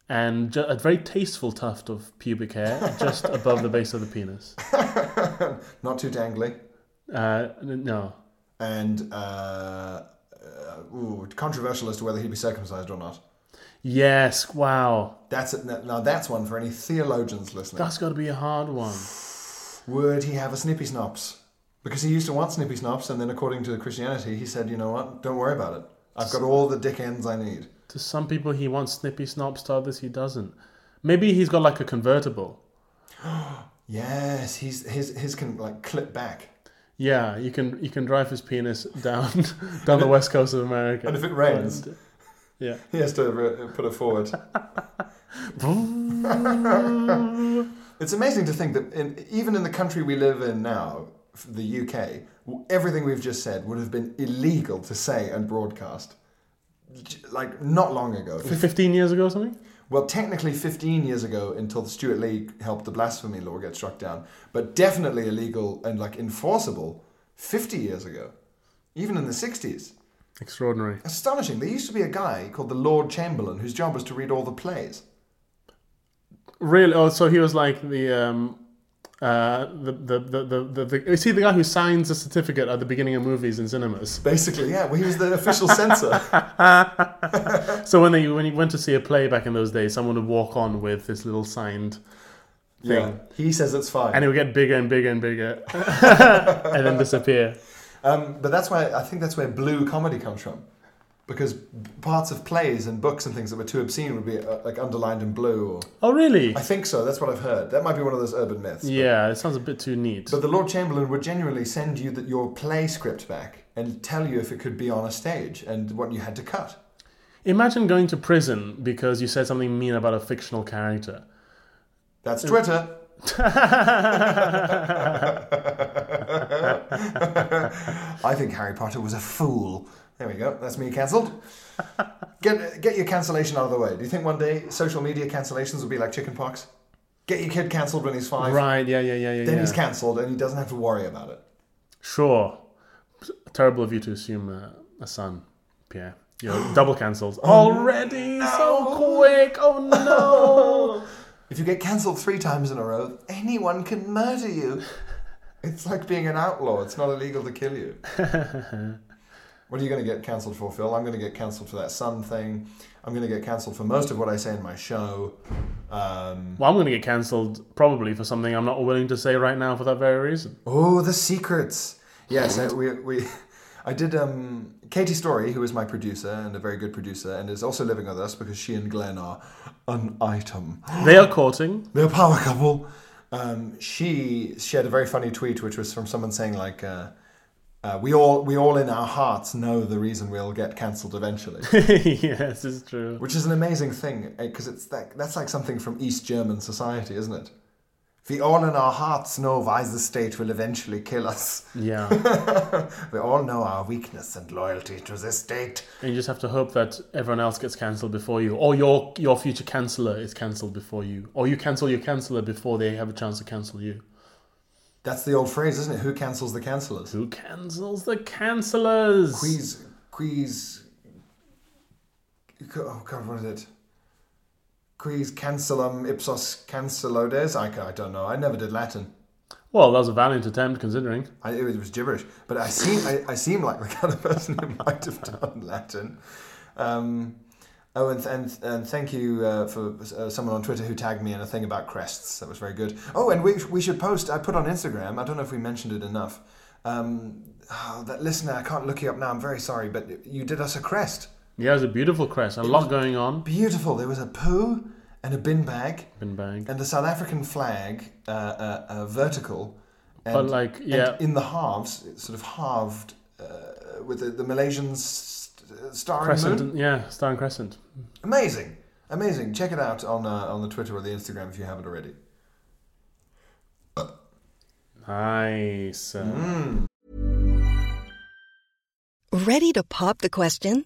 Speaker 2: and ju- a very tasteful tuft of pubic hair
Speaker 1: [laughs]
Speaker 2: just above the base of the penis.
Speaker 1: Not too dangly.
Speaker 2: Uh, n- no,
Speaker 1: And uh, uh, ooh, controversial as to whether he'd be circumcised or not.
Speaker 2: yes, wow,
Speaker 1: That's it. now that's one for any theologians listening.
Speaker 2: that's got to be a hard one.
Speaker 1: Would he have a snippy snops? Because he used to want snippy snops, and then according to Christianity, he said, you know what? Don't worry about it. I've got all the dick ends I need.
Speaker 2: To some people, he wants snippy snobs. To others, he doesn't. Maybe he's got like a convertible.
Speaker 1: Yes, he's his his can like clip back.
Speaker 2: Yeah, you can you can drive his penis [laughs] down down the west coast of America.
Speaker 1: And if it rains,
Speaker 2: yeah.
Speaker 1: he has to re- put it forward. it's amazing to think that in, even in the country we live in now, f- the UK, w- everything we've just said would have been illegal to say and broadcast. J- Like not long ago, Fif-
Speaker 2: Fifteen years ago or something.
Speaker 1: well, technically 15 years ago, until the Stuart League helped the blasphemy law get struck down, but definitely illegal and like enforceable 50 years ago, even in the 60s.
Speaker 2: Extraordinary.
Speaker 1: Astonishing. There used to be a guy called the Lord Chamberlain whose job was to read all the plays.
Speaker 2: Really? Oh, so he was like the um, uh, the, the, the, the, the, the is he the guy who signs the certificate at the beginning of movies in cinemas?
Speaker 1: Basically, yeah, well, he was the
Speaker 2: [laughs]
Speaker 1: official censor.
Speaker 2: So when they when you went to see a play back in those days, someone would walk on with this little signed,
Speaker 1: Yeah, he says it's fine.
Speaker 2: and it would get bigger and bigger and bigger, [laughs] and then disappear.
Speaker 1: Um, but that's why I think that's where blue comedy comes from, because parts of plays and books and things that were too obscene would be uh, like underlined in blue. Or
Speaker 2: Oh, really?
Speaker 1: I think so. That's what I've heard. That might be one of those urban myths.
Speaker 2: Yeah, it sounds a bit too neat.
Speaker 1: But the Lord Chamberlain would genuinely send you the, your play script back and tell you if it could be on a stage and what you had to cut.
Speaker 2: Imagine going to prison because you said something mean about a fictional character. Mm.
Speaker 1: That's
Speaker 2: [laughs]
Speaker 1: Twitter. I think Harry Potter was a fool. There we go. That's me cancelled. Get get your cancellation out of the way. Do you think one day social media cancellations will be like chicken pox? Get your kid cancelled when he's five.
Speaker 2: right, yeah, yeah, yeah, yeah.
Speaker 1: Then
Speaker 2: yeah.
Speaker 1: he's cancelled and he doesn't have to worry about it.
Speaker 2: Sure. Terrible of you to assume uh, a son, Pierre. You're double cancelled. Already? So quick! Oh
Speaker 1: If you get cancelled three times in a row, anyone can murder you. It's like being an outlaw. It's not illegal to kill you. what are you going to get cancelled for, Phil? I'm going to get cancelled for that sun thing. I'm going to get cancelled for most of what I say in my show.
Speaker 2: no!
Speaker 1: Um,
Speaker 2: Well, I'm going to get cancelled probably for something I'm not willing to say right now for that very reason.
Speaker 1: oh, the secrets. Yes, I, we, we, [laughs] I did. Um, Katie Story, who is my producer and a very good producer, and is also living with us because she and Glenn are an item.
Speaker 2: They are courting.
Speaker 1: They're a power couple. Um, she she had a very funny tweet, which was from someone saying like, uh, uh, "We all we all in our hearts know the reason we'll get cancelled eventually,"
Speaker 2: yes, it's true.
Speaker 1: which is an amazing thing because it's that that's like something from East German society, isn't it? We all in our hearts know why the state will eventually kill us.
Speaker 2: Yeah.
Speaker 1: We all know our weakness and loyalty to the state.
Speaker 2: and you just have to hope that everyone else gets cancelled before you, or your, your future canceller is cancelled before you, or you cancel your canceller before they have a chance to cancel you.
Speaker 1: That's the old phrase, isn't it? Who cancels the cancellers?
Speaker 2: Who cancels the cancellers?
Speaker 1: Queez, queez. Oh God, what is it? Queez cancellum ipsos cancelodes. I, ca- I don't know. I never did Latin.
Speaker 2: Well, that was a valiant attempt considering.
Speaker 1: I, it, was, it was gibberish, but I seem I, I seem like the kind of person who [laughs] might have done Latin. Um, oh, and, and and thank you uh, for uh, someone on Twitter who tagged me in a thing about crests. That was very good. Oh, and we we should post. I put on Instagram. I don't know if we mentioned it enough. Um, oh, that listener, I can't look you up now. I'm very sorry, but you did us a crest.
Speaker 2: Yeah, it's a beautiful crest. A lot going on.
Speaker 1: beautiful. There was a poo and a bin bag
Speaker 2: Bin bag.
Speaker 1: and the South African flag uh, uh, uh, vertical. And,
Speaker 2: But, like,
Speaker 1: and
Speaker 2: yeah.
Speaker 1: in the halves, it's sort of halved uh, with the, the Malaysian st- star and
Speaker 2: Crescent.
Speaker 1: moon.
Speaker 2: and- yeah, Star and Crescent.
Speaker 1: Amazing, amazing. Check it out on uh, on the Twitter or the Instagram if you haven't already.
Speaker 2: Nice. Uh,
Speaker 1: Mm.
Speaker 4: Ready to pop the question?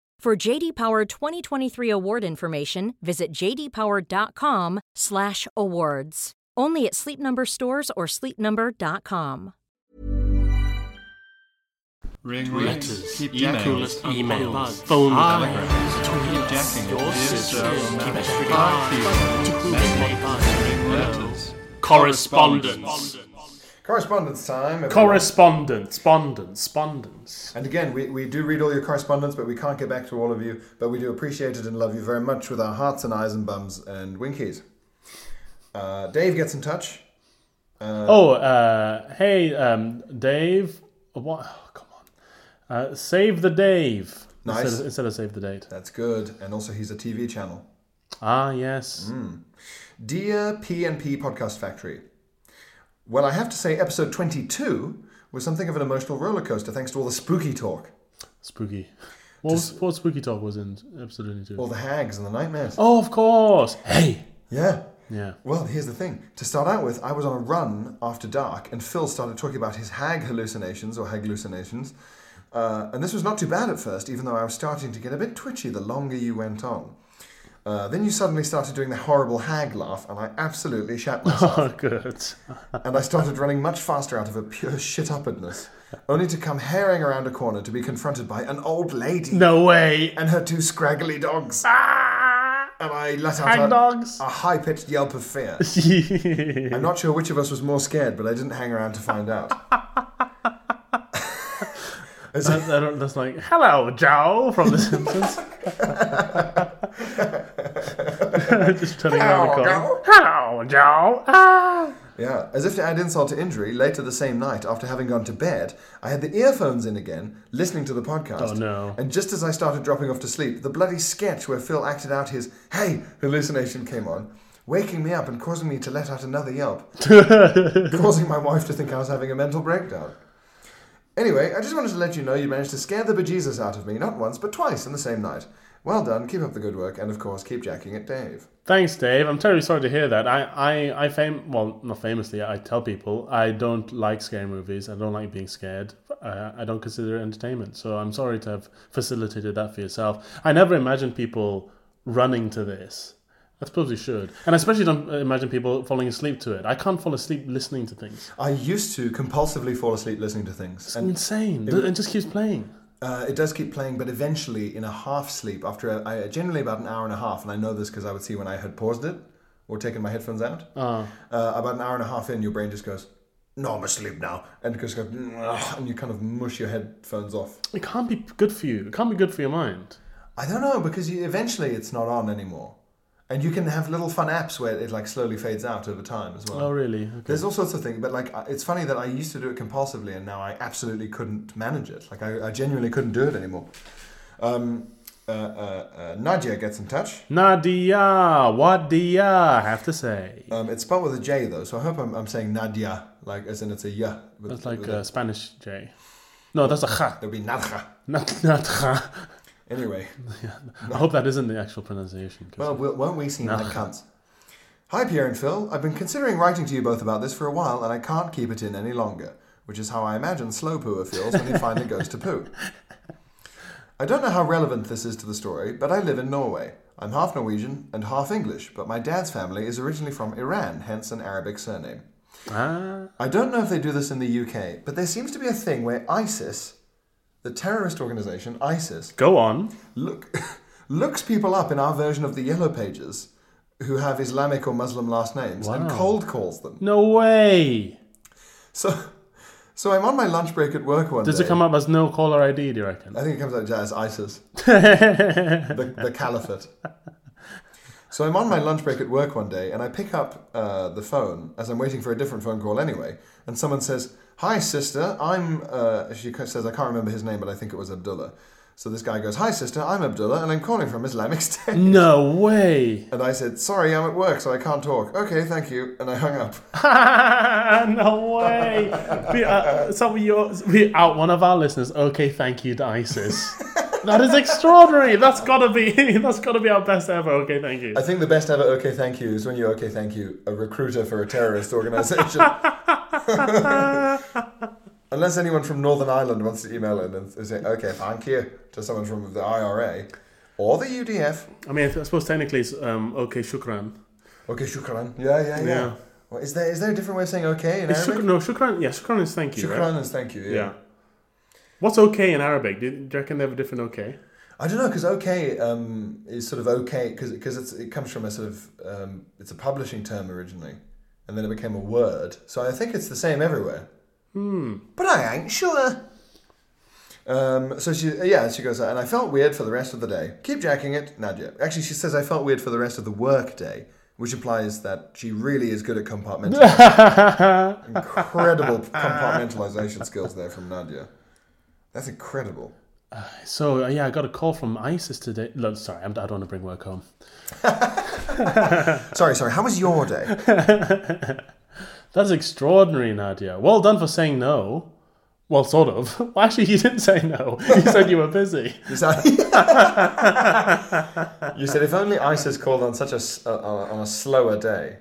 Speaker 5: For JD Power 2023 award information, visit jdpower.com/awards. Only at Sleep Number stores or sleepnumber.com.
Speaker 6: Ring
Speaker 7: Letters,
Speaker 6: letters, keep
Speaker 7: emails,
Speaker 6: jacking,
Speaker 7: unfollowed,
Speaker 6: emails,
Speaker 2: phone
Speaker 6: telegrams,
Speaker 7: calls,
Speaker 6: keep
Speaker 7: tweets,
Speaker 6: jacking, uh,
Speaker 7: your
Speaker 6: your
Speaker 7: sisters,
Speaker 6: sister,
Speaker 7: keep
Speaker 6: keep
Speaker 7: it
Speaker 6: regard, people,
Speaker 7: regard, to
Speaker 6: magnates,
Speaker 7: people,
Speaker 6: ring
Speaker 7: no.
Speaker 6: letters,
Speaker 7: Correspondence.
Speaker 1: Correspondence time. everyone.
Speaker 2: Correspondence. Spondence. Spondence.
Speaker 1: And again, we, we do read all your correspondence, but we can't get back to all of you. But we do appreciate it and love you very much with our hearts and eyes and bums and winkies. Uh, Dave gets in touch.
Speaker 2: oh, uh, hey, um, Dave. What? Oh, come on. Uh, save the Dave.
Speaker 1: Nice.
Speaker 2: Instead of, instead of save the date.
Speaker 1: That's good. And also, he's a TV channel.
Speaker 2: Ah, yes.
Speaker 1: Dear PNP Podcast Factory, well, I have to say, episode 22 was something of an emotional roller coaster thanks to all the spooky talk.
Speaker 2: Spooky. What, was, what Spooky Talk was in episode 22?
Speaker 1: All the hags and the nightmares.
Speaker 2: oh, of course. Hey.
Speaker 1: Yeah.
Speaker 2: Yeah.
Speaker 1: Well, here's the thing. To start out with, I was on a run after dark, and Phil started talking about his hag hallucinations or hag hallucinations. Uh, and this was not too bad at first, even though I was starting to get a bit twitchy the longer you went on. Uh, then you suddenly started doing the horrible hag laugh, and I absolutely shat myself.
Speaker 2: [laughs] Oh, good.
Speaker 1: and I started running much faster out of a pure shit uppedness, only to come herring around a corner to be confronted by an old lady
Speaker 2: No way. Ah!
Speaker 1: and her two scraggly dogs. And I let out
Speaker 2: Hang
Speaker 1: a,
Speaker 2: dogs.
Speaker 1: a high pitched yelp of
Speaker 2: [laughs]
Speaker 1: fear.
Speaker 2: yeah.
Speaker 1: I'm not sure which of us was more scared, but I didn't hang around to find out. As I-
Speaker 2: That- that- that's like, hello, Joe from The Simpsons. [laughs] Just turning around the corner. Hello, Joe. Ah.
Speaker 1: yeah, as if to add insult to injury, later the same night, after having gone to bed, I had the earphones in again, listening to the podcast.
Speaker 2: Oh, no.
Speaker 1: And just as I started dropping off to sleep, the bloody sketch where Phil acted out his hey hallucination came on, waking me up and causing me to let out another
Speaker 2: [laughs]
Speaker 1: yelp, causing my wife to think I was having a mental breakdown. Anyway, I just wanted to let you know you managed to scare the bejesus out of me, not once, but twice in the same night. Well done, keep up the good work, and of course, keep jacking it, Dave.
Speaker 2: Thanks, Dave. I'm terribly sorry to hear that. I, I, I fam- well, not famously, I tell people I don't like scary movies. I don't like being scared. Uh, I, I don't consider it entertainment. So I'm sorry to have facilitated that for yourself. I never imagined people running to this. I suppose you should. And I especially don't imagine people falling asleep to it. I can't fall asleep listening to things.
Speaker 1: I used to compulsively fall asleep listening to things,
Speaker 2: It's
Speaker 1: and
Speaker 2: insane. It, just keeps playing.
Speaker 1: uh, it does keep playing. But eventually, in a half sleep, after a, I, generally about an hour and a half, and I know this because I would see when I had paused it or taken my headphones out. Uh. about an hour and a half in, your brain just goes, "No, I'm asleep now," and it just goes, "Ugh," and you kind of mush your headphones off.
Speaker 2: It can't be good for you. It can't be good for your mind.
Speaker 1: I don't know because you, eventually it's not on anymore, and you can have little fun apps where it like slowly fades out over time as well.
Speaker 2: Oh, really? Okay.
Speaker 1: There's all sorts of things, but like I- it's funny that I used to do it compulsively, and now I absolutely couldn't manage it. Like I, I genuinely couldn't do it anymore. Um, uh, uh, uh, Nadia gets in touch.
Speaker 2: Nadia, what do ya have to say?
Speaker 1: Um, it's spelled with a J though, so I hope I'm, I'm saying Nadia, like as in it's a yeah. With,
Speaker 2: That's like
Speaker 1: with a-
Speaker 2: uh, Spanish J. No, that's a ha.
Speaker 1: it would be Nadja.
Speaker 2: [laughs] Not, not ha.
Speaker 1: Anyway,
Speaker 2: I hope that isn't the actual pronunciation. 'cause-
Speaker 1: well, will won't we seem like cunts? Hi Pierre and Phil. I've been considering writing to you both about this for a while, and I can't keep it in any longer. Which is how I imagine slow pooer feels when he finally goes to poo. I don't know how relevant this is to the story, but I live in Norway. I'm half Norwegian and half English, but my dad's family is originally from Iran, hence an Arabic surname.
Speaker 2: ah,
Speaker 1: I don't know if they do this in the UK, but there seems to be a thing where ISIS, the terrorist organization ISIS,
Speaker 2: go on.
Speaker 1: look, [laughs] looks people up in our version of the Yellow Pages who have Islamic or Muslim last names and
Speaker 2: Wow.
Speaker 1: cold calls them.
Speaker 2: No way.
Speaker 1: So, so I'm on my lunch break at work one
Speaker 2: Does
Speaker 1: day.
Speaker 2: it come up as no caller ID? Do you reckon?
Speaker 1: I think it comes out as
Speaker 2: [laughs]
Speaker 1: ISIS. the, the caliphate. So I'm on my lunch break at work one day, and I pick up uh, the phone as I'm waiting for a different phone call anyway, and someone says, "Hi, sister. I'm." Uh, she ca- says, "I can't remember his name, but I think it was Abdullah." So this guy goes, "Hi, sister. I'm Abdullah, and I'm calling from Islamic [laughs] State."
Speaker 2: No way. [laughs]
Speaker 1: And I said, "Sorry, I'm at work, so I can't talk." Okay, thank you, and I hung up.
Speaker 2: no way. We, uh, some of your, we out one of our listeners. Okay, thank you to ISIS. that is extraordinary. That's gotta be. [laughs] That's gotta be our best ever. Okay, thank you.
Speaker 1: I think the best ever "Okay, thank you" is when you "Okay, thank you" a recruiter for a terrorist [laughs] organization. Unless anyone from Northern Ireland wants to email in and say "Okay, thank you" to someone from the IRA or the UDF.
Speaker 2: I mean, I suppose technically it's um, okay, shukran.
Speaker 1: Okay, shukran. Yeah, yeah, yeah.
Speaker 2: Yeah.
Speaker 1: Well, is there is there a different way of saying "okay" in
Speaker 2: It's shuk-
Speaker 1: Arabic?
Speaker 2: no, shukran. Yeah, shukran is thank you. right?
Speaker 1: Shukran is thank you. Yeah.
Speaker 2: Yeah. What's okay in Arabic? Do do you reckon they have a different okay?
Speaker 1: I don't know because "okay" um, is sort of "okay" because it's it comes from a sort of um, it's a publishing term originally, and then it became a word. So I think it's the same everywhere. Hmm. But I ain't sure. Um, so she, yeah, she goes, and I felt weird for the rest of the day. Keep jacking it, Nadia. Actually, she says I felt weird for the rest of the work day, which implies that she really is good at compartmentalization. incredible compartmentalization skills there from Nadia. That's incredible.
Speaker 2: So uh, yeah, I got a call from ISIS today. Look, sorry, I'm, I don't want to bring work home.
Speaker 1: Sorry, sorry. How was your day?
Speaker 2: That's extraordinary, Nadia. Well done for saying no. Well, sort of. [laughs] Well, actually, you didn't say no. You said you were busy.
Speaker 1: You said, you said if only ISIS called on such a s- uh, uh, on a slower day,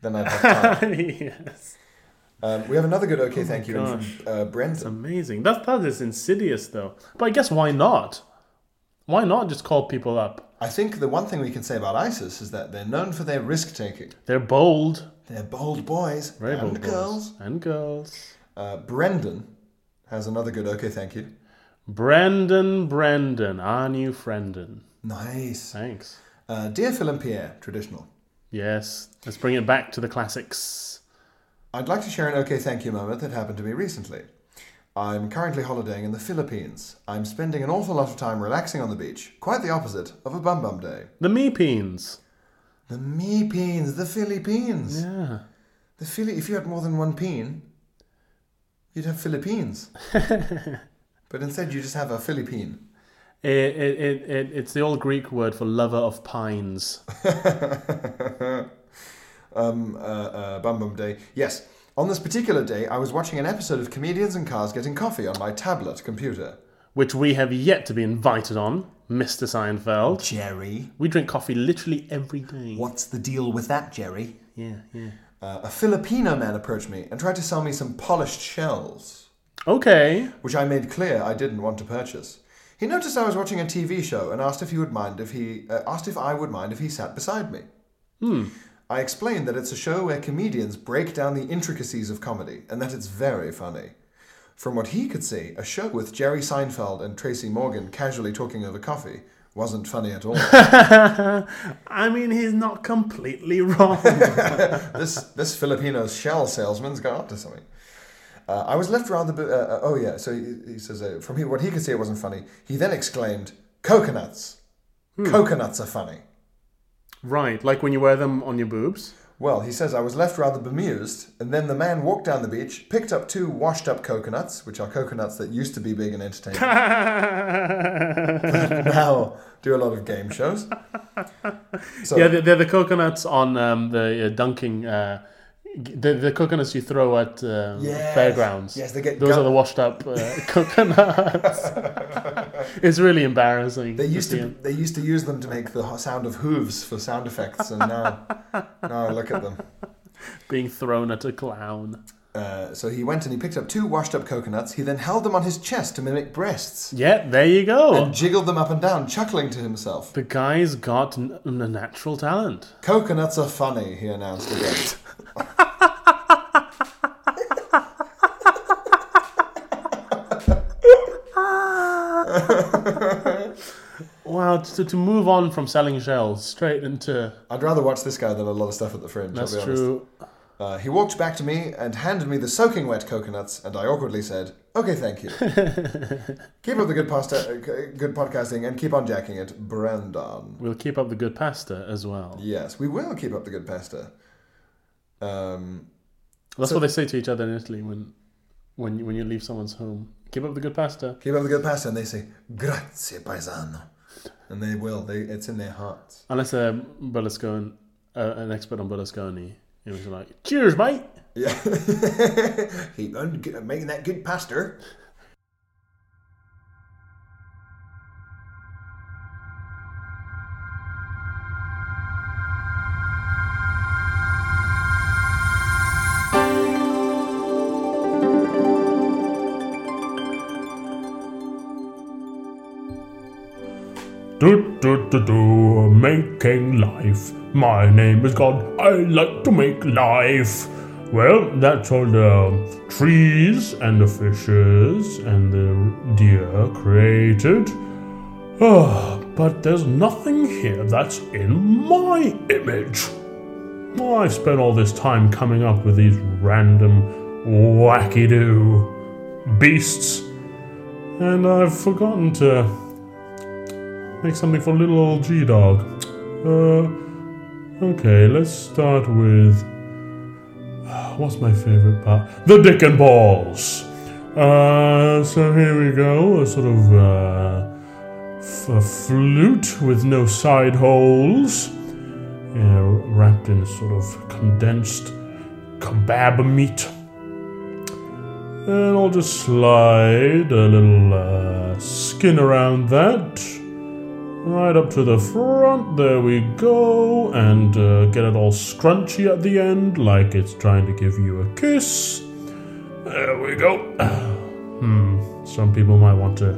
Speaker 1: then I'd have
Speaker 2: [laughs]
Speaker 1: time.
Speaker 2: [laughs] yes.
Speaker 1: um, we have another good okay, thank
Speaker 2: Oh
Speaker 1: you, in from uh, Brenton.
Speaker 2: Amazing. That that is insidious though. But I guess why not? Why not just call people up?
Speaker 1: I think the one thing we can say about ISIS is that they're known for their risk taking.
Speaker 2: They're bold.
Speaker 1: They're bold boys
Speaker 2: Very
Speaker 1: and
Speaker 2: bold boys.
Speaker 1: girls.
Speaker 2: And girls.
Speaker 1: Uh, Brendan has another good okay, thank you.
Speaker 2: Brandon Brandon, our new friendin.
Speaker 1: Nice.
Speaker 2: Thanks.
Speaker 1: Uh, Dear Phil and Pierre, traditional.
Speaker 2: Yes. Let's bring it back to the classics.
Speaker 1: I'd like to share an okay thank you moment that happened to me recently. I'm currently holidaying in the Philippines. I'm spending an awful lot of time relaxing on the beach, quite the opposite of a bum bum day.
Speaker 2: The Meepines.
Speaker 1: The me peens, the Philippines.
Speaker 2: Yeah.
Speaker 1: The Philly if you had more than one peen, you'd have Philippines. but instead you just have a Philippine. [laughs]
Speaker 2: It, it, it, it, it's the old Greek word for lover of pines.
Speaker 1: um, uh, uh, Bum Bum Day. Yes. On this particular day, I was watching an episode of Comedians and Cars Getting Coffee on my tablet computer.
Speaker 2: which we have yet to be invited on, Mr. Seinfeld.
Speaker 1: Jerry.
Speaker 2: We drink coffee literally every day.
Speaker 1: What's the deal with that, Jerry?
Speaker 2: Yeah, yeah.
Speaker 1: Uh, a Filipino man approached me and tried to sell me some polished shells,
Speaker 2: Okay. [laughs]
Speaker 1: which I made clear I didn't want to purchase. He noticed I was watching a TV show and asked if he would mind if he uh, asked if I would mind if he sat beside me. Hmm. I explained that it's a show where comedians break down the intricacies of comedy and that it's very funny. From what he could see, a show with Jerry Seinfeld and Tracy Morgan casually talking over coffee wasn't funny at all.
Speaker 2: I mean, he's not completely wrong.
Speaker 1: this this Filipino shell salesman's got up to something. Uh, I was left rather. bu- Uh, uh, oh yeah, so he, he says uh, from he, what he could see it wasn't funny. He then exclaimed, "Coconuts! Coconuts are funny."
Speaker 2: right, like when you wear them on your boobs.
Speaker 1: Well, he says I was left rather bemused, and then the man walked down the beach, picked up two washed-up coconuts, which are coconuts that used to be big and entertaining.
Speaker 2: [laughs] yeah,
Speaker 1: now do a lot of game shows. So
Speaker 2: they're, they're the coconuts on um, the uh, dunking. Uh, g- the, the coconuts you throw at um,
Speaker 1: Yes.
Speaker 2: fairgrounds.
Speaker 1: Yes, they get
Speaker 2: Those
Speaker 1: gu-
Speaker 2: are the washed up uh, [laughs]
Speaker 1: [laughs]
Speaker 2: coconuts. it's really embarrassing.
Speaker 1: they used
Speaker 2: see
Speaker 1: to
Speaker 2: 'em.
Speaker 1: they used to use them to make the ho- sound of hooves for sound effects, and now now I look at them.
Speaker 2: being thrown at a clown.
Speaker 1: Uh, so he went and he picked up two washed up coconuts. He then held them on his chest to mimic breasts
Speaker 2: Yeah, there you go.
Speaker 1: and jiggled them up and down, chuckling to himself.
Speaker 2: the guy's got n- a natural talent.
Speaker 1: Coconuts are funny, he announced again.
Speaker 2: [laughs] Wow, to, to move on from selling shells straight into
Speaker 1: I'd rather watch this guy than a lot of stuff at the fringe,
Speaker 2: that's
Speaker 1: I'll be honest.
Speaker 2: true.
Speaker 1: Uh, he walked back to me and handed me the soaking wet coconuts, and I awkwardly said, Okay, thank
Speaker 2: [laughs]
Speaker 1: you. keep up the good, pasta, uh, c- good podcasting and keep on jacking it, Brandon.
Speaker 2: We'll keep up the good pasta as well.
Speaker 1: Yes, we will keep up the good pasta. Um,
Speaker 2: That's what they say to each other in Italy when when you, when you leave someone's home. Keep up the good pasta.
Speaker 1: keep up the good pasta, and they say grazie paisano, and they will. They it's in their hearts.
Speaker 2: Unless a Berlusconi, uh, an expert on Berlusconi, he was like, "Cheers, mate."
Speaker 1: Yeah, [laughs] keep on g- making that good pasta.
Speaker 8: Do do do do, making life. My name is God. I like to make life. Well, that's all the trees and the fishes and the deer created. Ah, but there's nothing here that's in my image. Well, I've spent all this time coming up with these random wacky do beasts, and I've forgotten to make something for little old G Dog. Uh, okay, let's start with. What's my favorite part? The Dick and Balls! Uh, so here we go, a sort of uh, f- a flute with no side holes, yeah, wrapped in sort of condensed kebab meat. And I'll just slide a little uh, skin around that. Right up to the front, there we go, and uh, get it all scrunchy at the end, like it's trying to give you a kiss. There we go. [clears throat] hmm, some people might want to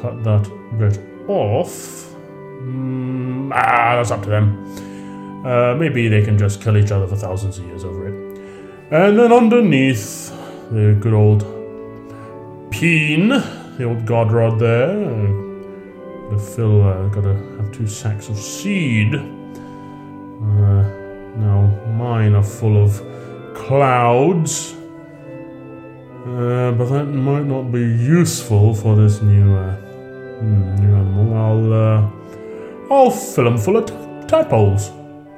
Speaker 8: cut that bit off. Hmm, ah, that's up to them. Uh, maybe they can just kill each other for thousands of years over it. And then underneath, the good old peen, the old god rod there. Uh, Gotta fill, uh, gotta have two sacks of seed. Uh, now mine are full of clouds. Uh, but that might not be useful for this new, uh, hmm, new animal. I'll, uh, I'll fill them full of t- tadpoles.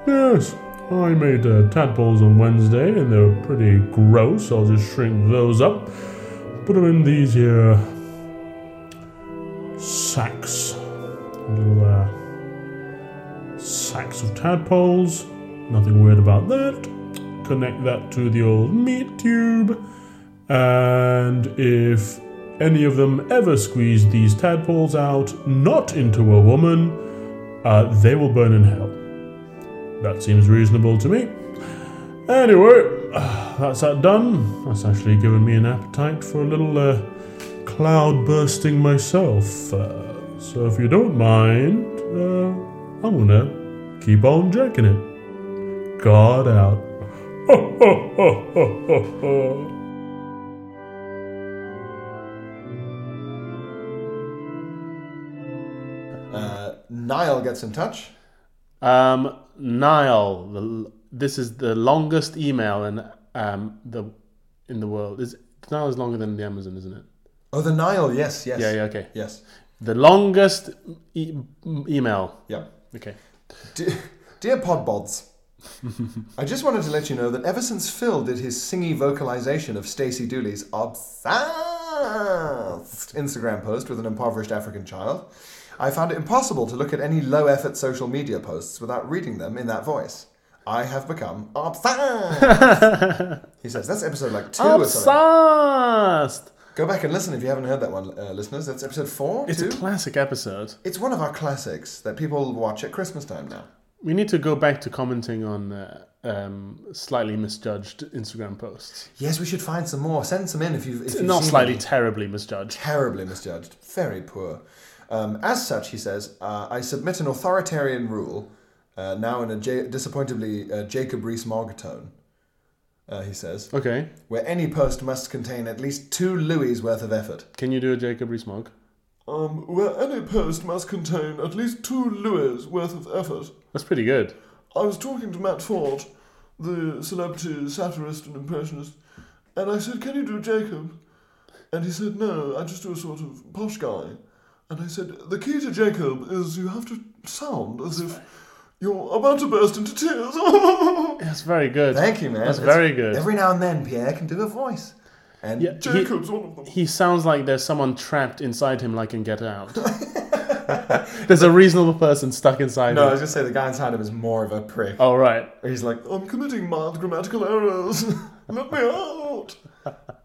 Speaker 8: Yes, I made uh, tadpoles on Wednesday and they were pretty gross. I'll just shrink those up, put them in these here sacks. Little uh, sacks of tadpoles. Nothing weird about that. Connect that to the old meat tube. And if any of them ever squeeze these tadpoles out, not into a woman, uh, they will burn in hell. That seems reasonable to me. Anyway, [sighs] that's that done. That's actually given me an appetite for a little uh, cloud bursting myself. Uh, so if you don't mind, uh, I'm gonna keep on jerking it. God out. [laughs] Ho, ho, ho, ho, ho, ho.
Speaker 2: Mm.
Speaker 1: Uh, Niall gets in touch.
Speaker 2: Um, Niall, the, l- this is the longest email in um the in the world. Is Niall is longer than the Amazon, isn't it?
Speaker 1: Oh, the Nile. Yes, yes.
Speaker 2: Yeah, yeah, okay.
Speaker 1: Yes.
Speaker 2: The longest e- email.
Speaker 1: Yeah.
Speaker 2: Okay.
Speaker 1: De- Dear Podbods, I just wanted to let you know that ever since Phil did his singy vocalization of Stacey Dooley's obsessed Instagram post with an impoverished African child, I found it impossible to look at any low effort social media posts without reading them in that voice. I have become obsessed.
Speaker 2: [laughs]
Speaker 1: he says, that's episode like two or something.
Speaker 2: Obsessed.
Speaker 1: Go back and listen if you haven't heard that one, uh, listeners. That's episode four,
Speaker 2: It's
Speaker 1: two?
Speaker 2: a classic episode.
Speaker 1: it's one of our classics that people watch at Christmas time now.
Speaker 2: We need to go back to commenting on uh, um, slightly misjudged Instagram posts.
Speaker 1: Yes, we should find some more. Send some in if you've. If you've
Speaker 2: Not
Speaker 1: seen
Speaker 2: slightly,
Speaker 1: any.
Speaker 2: terribly misjudged.
Speaker 1: terribly misjudged, very poor. Um, as such, he says, uh, I submit an authoritarian rule, uh, now in a J- disappointingly uh, Jacob Rees-Mogg tone. Uh, he says,
Speaker 2: Okay.
Speaker 1: where any post must contain at least two louis worth of effort.
Speaker 2: Can you do a Jacob Rees-Mogg?
Speaker 1: Um, where any post must contain at least two louis worth of effort.
Speaker 2: That's pretty good.
Speaker 1: I was talking to Matt Ford, the celebrity satirist and impressionist, and I said, Can you do Jacob? And he said, No, I just do a sort of posh guy. And I said, The key to Jacob is you have to sound as if you're about to burst into tears. [laughs]
Speaker 2: That's very good.
Speaker 1: Thank you, man.
Speaker 2: That's very good.
Speaker 1: Every now and then, Pierre can do a voice. And
Speaker 2: Yeah, he-
Speaker 1: Jacob's one of them.
Speaker 2: He sounds like there's someone trapped inside him, like in Get
Speaker 1: [laughs]
Speaker 2: Out. there's a reasonable person stuck inside him.
Speaker 1: going to say the guy inside him is more of a prick.
Speaker 2: All right.
Speaker 1: He's like, I'm committing mild grammatical errors. [laughs] Let me out. [laughs]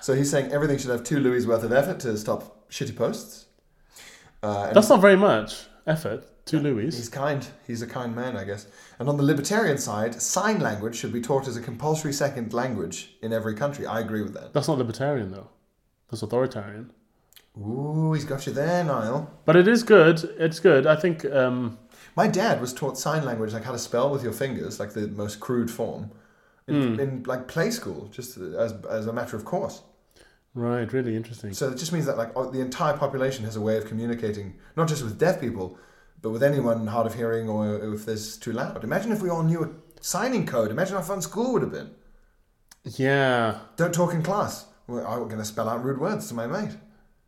Speaker 1: so he's saying everything should have two Louis worth of effort to stop shitty posts. Uh, and
Speaker 2: That's not very much effort. Two Louis.
Speaker 1: he's kind. He's a kind man, I guess. And on the libertarian side, sign language should be taught as a compulsory second language in every country. I agree with that.
Speaker 2: That's not libertarian though. That's authoritarian.
Speaker 1: Ooh, he's got you there, Niall.
Speaker 2: But it is good. It's good. I think. Um,
Speaker 1: My dad was taught sign language, like how to spell with your fingers, like the most crude form, in, in like play school, just as, as a matter of course.
Speaker 2: right. Really interesting.
Speaker 1: So it just means that like uh, the entire population has a way of communicating, not just with deaf people, but with anyone hard of hearing or if there's too loud. Imagine if we all knew a signing code. Imagine how fun school would have been.
Speaker 2: yeah.
Speaker 1: Don't talk in class. Well, I'm going to spell out rude words to my mate.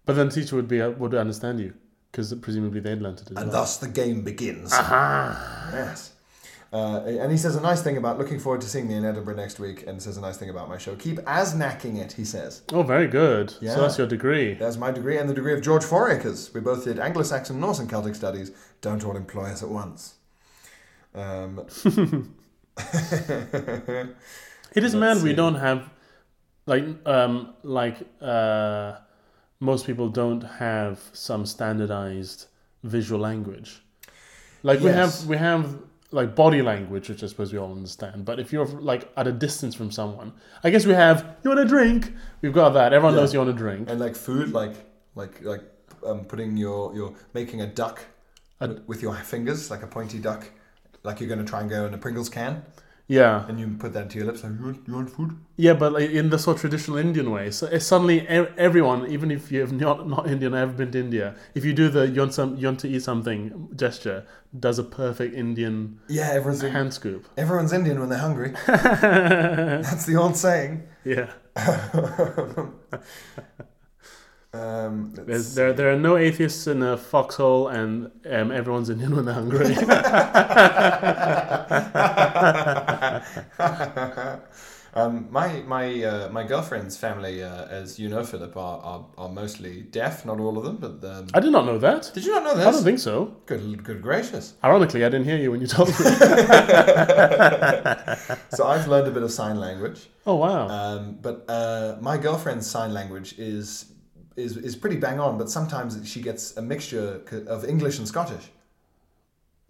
Speaker 2: But then teacher would be uh, would understand you because presumably they'd learnt it as
Speaker 1: And
Speaker 2: well.
Speaker 1: thus the game begins. Yes. Uh, and he says a nice thing about looking forward to seeing me in Edinburgh next week, and says a nice thing about my show. Keep as knacking it, he says.
Speaker 2: Oh, very good.
Speaker 1: Yeah.
Speaker 2: So that's your degree.
Speaker 1: There's my degree and the degree of George Fouracres. We both did Anglo-Saxon, Norse, and Celtic studies. Don't all employ us at once. Um,
Speaker 2: It is mad we don't have like um like uh most people don't have some standardized visual language like
Speaker 1: Yes.
Speaker 2: we have we have like body language which i suppose we all understand but if you're like at a distance from someone i guess we have you want a drink we've got that everyone knows you want a drink
Speaker 1: And like food, like like like um, putting your your making a duck wi- with your fingers, like a pointy duck, like you're gonna try and go in a Pringles can,
Speaker 2: yeah
Speaker 1: and you put that to your lips. Like you want, you want food?
Speaker 2: yeah but like, in the sort of traditional indian way so it's suddenly e- everyone even if you have not not indian ever been to india if you do the you want some you want to eat something gesture does a perfect indian
Speaker 1: Yeah, everyone's doing-
Speaker 2: hand scoop
Speaker 1: everyone's Indian when they're hungry. That's the old saying.
Speaker 2: yeah
Speaker 1: Um, [laughs] let's-
Speaker 2: There's, there, there are no atheists in a foxhole, and um, everyone's Indian when they're hungry. [laughs]
Speaker 1: um, my my uh, my girlfriend's family, uh, as you know, Philip, are, are, are mostly deaf. Not all of them, but um,
Speaker 2: I did not know that.
Speaker 1: did you not know this?
Speaker 2: I don't think so.
Speaker 1: Good, good gracious!
Speaker 2: Ironically, I didn't hear you when you told me. [laughs]
Speaker 1: So I've learned a bit of sign language.
Speaker 2: oh wow!
Speaker 1: Um, but uh, my girlfriend's sign language is is is pretty bang on. But sometimes she gets a mixture c- of English and Scottish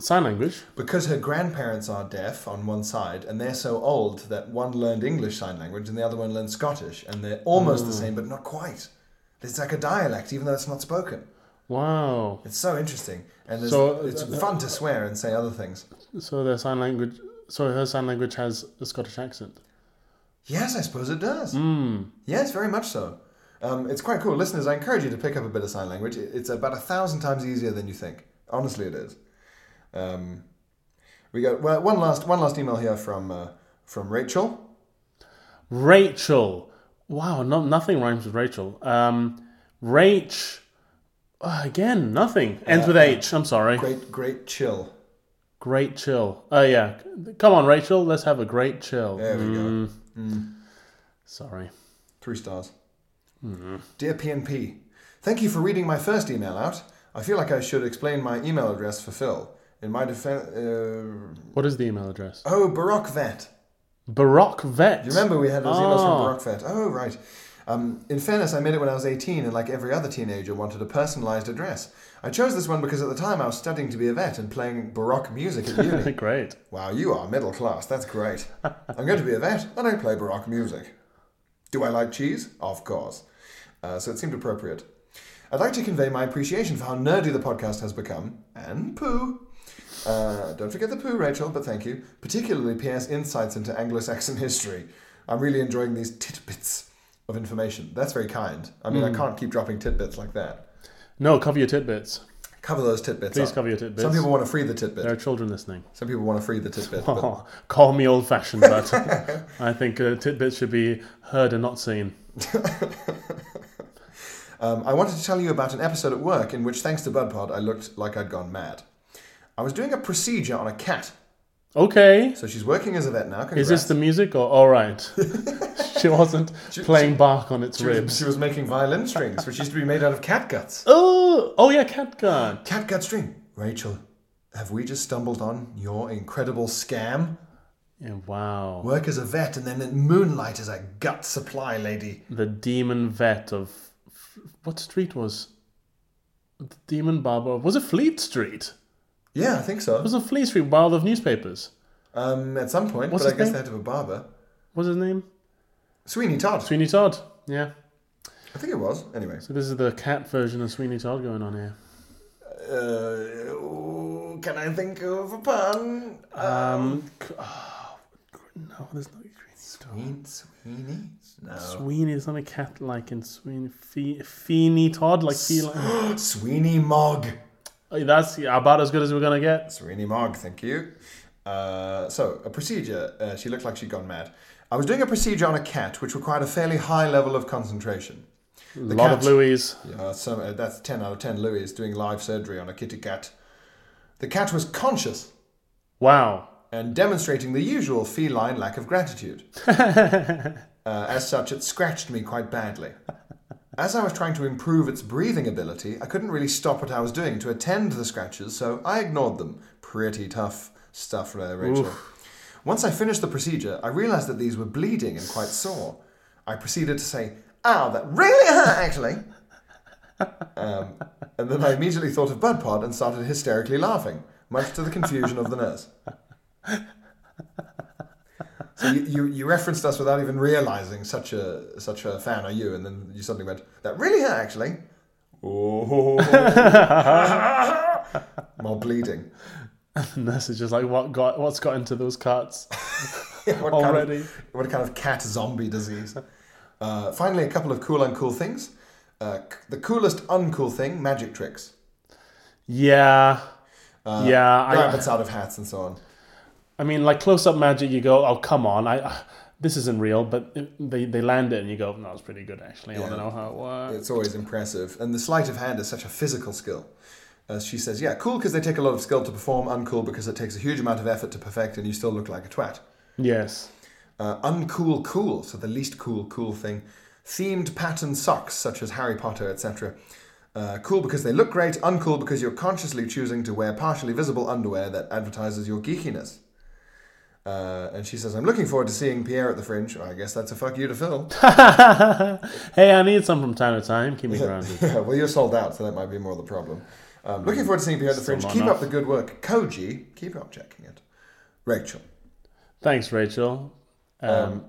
Speaker 2: Sign language.
Speaker 1: because her grandparents are deaf on one side, and they're so old that one learned English sign language and the other one learned Scottish, and they're almost
Speaker 2: Hmm.
Speaker 1: the same but not quite. It's like a dialect, even though it's not spoken.
Speaker 2: Wow.
Speaker 1: It's so interesting, and there's,
Speaker 2: So, uh,
Speaker 1: it's fun to swear and say other things.
Speaker 2: So their sign language. So her sign language has a Scottish accent.
Speaker 1: Yes, I suppose it does. Yes, very much so. Um, it's quite cool. Listeners, I encourage you to pick up a bit of sign language. It- It's about a thousand times easier than you think. Honestly, it is. Um, we got well, one last one last email here from uh, from Rachel.
Speaker 2: Rachel. Wow. No, nothing rhymes with Rachel. Um, Rach. Uh, again, nothing ends with H. I'm sorry.
Speaker 1: Great, great chill.
Speaker 2: Great chill. Oh yeah. Come on, Rachel. Let's have a great chill. Mm.
Speaker 1: There we go.
Speaker 2: Sorry.
Speaker 1: Three stars. Dear PNP, thank you for reading my first email out. I feel like I should explain my email address for Phil. In my defense, uh,
Speaker 2: What is the email address?
Speaker 1: oh, Baroque Vet.
Speaker 2: Baroque vet.
Speaker 1: You remember we had those emails
Speaker 2: Ah.
Speaker 1: from Baroque Vet. Oh, right. Um, in fairness, I made it when I was 18 and, like every other teenager, wanted a personalized address. I chose this one because at the time I was studying to be a vet and playing Baroque music at uni.
Speaker 2: [laughs] Great.
Speaker 1: wow, you are middle class. That's great. I'm going to be a vet and I play Baroque music. Do I like cheese? Of course. Uh, so it seemed appropriate. I'd like to convey my appreciation for how nerdy the podcast has become and poo. Uh, don't forget the poo, Rachel, but thank you. Particularly Pierre's insights into Anglo Saxon history. I'm really enjoying these tidbits of information. That's very kind. I mean,
Speaker 2: Hmm.
Speaker 1: I can't keep dropping tidbits like that.
Speaker 2: No, cover your tidbits.
Speaker 1: Cover those tidbits.
Speaker 2: Please
Speaker 1: up.
Speaker 2: cover your tidbits.
Speaker 1: Some people want to free the
Speaker 2: There are
Speaker 1: tidbit.
Speaker 2: children listening.
Speaker 1: Some people want to free the tidbit. but-
Speaker 2: [laughs] Oh, call me old
Speaker 1: [laughs]
Speaker 2: fashioned, but I think uh, tidbits should be heard and not seen.
Speaker 1: Um, I wanted to tell you about an episode at work in which, thanks to BudPod, I looked like I'd gone mad. I was doing a procedure on a cat.
Speaker 2: Okay.
Speaker 1: So she's working as a vet now.
Speaker 2: Is
Speaker 1: Congrats.
Speaker 2: this the music or all right?
Speaker 1: [laughs]
Speaker 2: she wasn't playing bark on its
Speaker 1: She was-
Speaker 2: ribs.
Speaker 1: she was making violin strings, which used to be made out of cat guts.
Speaker 2: Oh, oh yeah, cat gun.
Speaker 1: Cat gut string. Rachel, have we just stumbled on your incredible scam?
Speaker 2: Yeah, wow.
Speaker 1: Work as a vet and then moonlight as a gut supply lady.
Speaker 2: The demon vet of what street was? The demon barber was it Fleet Street?
Speaker 1: Yeah, I think so.
Speaker 2: Was it Fleet Street wild of newspapers?
Speaker 1: Um, at some point,
Speaker 2: What's
Speaker 1: but I
Speaker 2: his
Speaker 1: guess
Speaker 2: name?
Speaker 1: they had to have a barber.
Speaker 2: What's his name?
Speaker 1: Sweeney Todd.
Speaker 2: Sweeney Todd. Yeah.
Speaker 1: I think it was. Anyway.
Speaker 2: So this is the cat version of Sweeney Todd going on here.
Speaker 1: Uh, ooh, can I think of a pun?
Speaker 2: Um, c- oh, no, there's no Sweeney.
Speaker 1: Sweeney? Sweeney? No.
Speaker 2: Sweeney, there's not a cat like in Sweeney. Fe- Feeny
Speaker 1: [gasps]
Speaker 2: Todd, like [gasps] feline.
Speaker 1: Sweeney Mogg.
Speaker 2: Hey, That's about as good as we're gonna get.
Speaker 1: Serena Mogg, thank you. Uh, so, a procedure. Uh, she looked like she'd gone mad. I was doing a procedure on a cat which required a fairly high level of concentration.
Speaker 2: A lot of
Speaker 1: cat.
Speaker 2: Louis.
Speaker 1: Uh, so, uh, that's 10 out of 10 Louis doing live surgery on a kitty cat. The cat was conscious
Speaker 2: [laughs] Wow.
Speaker 1: and demonstrating the usual feline lack of gratitude. Uh, as such, it scratched me quite badly. As I was trying to improve its breathing ability, I couldn't really stop what I was doing to attend to the scratches, so I ignored them. Pretty tough stuff there, Rachel. Once I finished the procedure, I realized that these were bleeding and quite sore. I proceeded to say, ow, that really hurt, actually. Um, and then I immediately thought of Bud Pod and started hysterically laughing, much to the confusion of the nurse. So you, you, you referenced us without even realizing such a such a fan are you, and then you suddenly went, that really hurt, actually. [laughs] Oh, while bleeding.
Speaker 2: Nurse is just like, what got, what's got into those cats?
Speaker 1: what
Speaker 2: Already.
Speaker 1: Kind of, what kind of cat zombie disease? Uh, finally, a couple of cool uncool things. Uh, c- the coolest uncool thing: magic tricks,
Speaker 2: [laughs] Yeah. yeah. I,
Speaker 1: rabbits out of hats, and so on.
Speaker 2: I mean, like close up magic, you go, oh, come on. I, uh, this isn't real, but it- they, they land it and you go, no, it's pretty good actually. I want to know how it works.
Speaker 1: It's always impressive. And the sleight of hand is such a physical skill. As she says, yeah, cool because they take a lot of skill to perform, uncool because it takes a huge amount of effort to perfect, and you still look like a twat.
Speaker 2: Yes. [laughs]
Speaker 1: Uh, uncool, cool, so the least cool, cool thing. Themed pattern socks, such as Harry Potter, etc. Uh, cool because they look great, uncool because you're consciously choosing to wear partially visible underwear that advertises your geekiness. Uh, and she says, I'm looking forward to seeing Pierre at the Fringe. I guess that's a fuck you to
Speaker 2: [laughs]
Speaker 1: Phil. [laughs]
Speaker 2: hey, I need some from time to time. [laughs] Keep me grounded.
Speaker 1: Yeah, well, you're sold out, so that might be more the problem. Um, looking forward to seeing you at the
Speaker 2: Still
Speaker 1: fringe.
Speaker 2: not
Speaker 1: Keep
Speaker 2: enough.
Speaker 1: up the good work, Koji. Keep up checking it. Rachel,
Speaker 2: Thanks, Rachel. Um,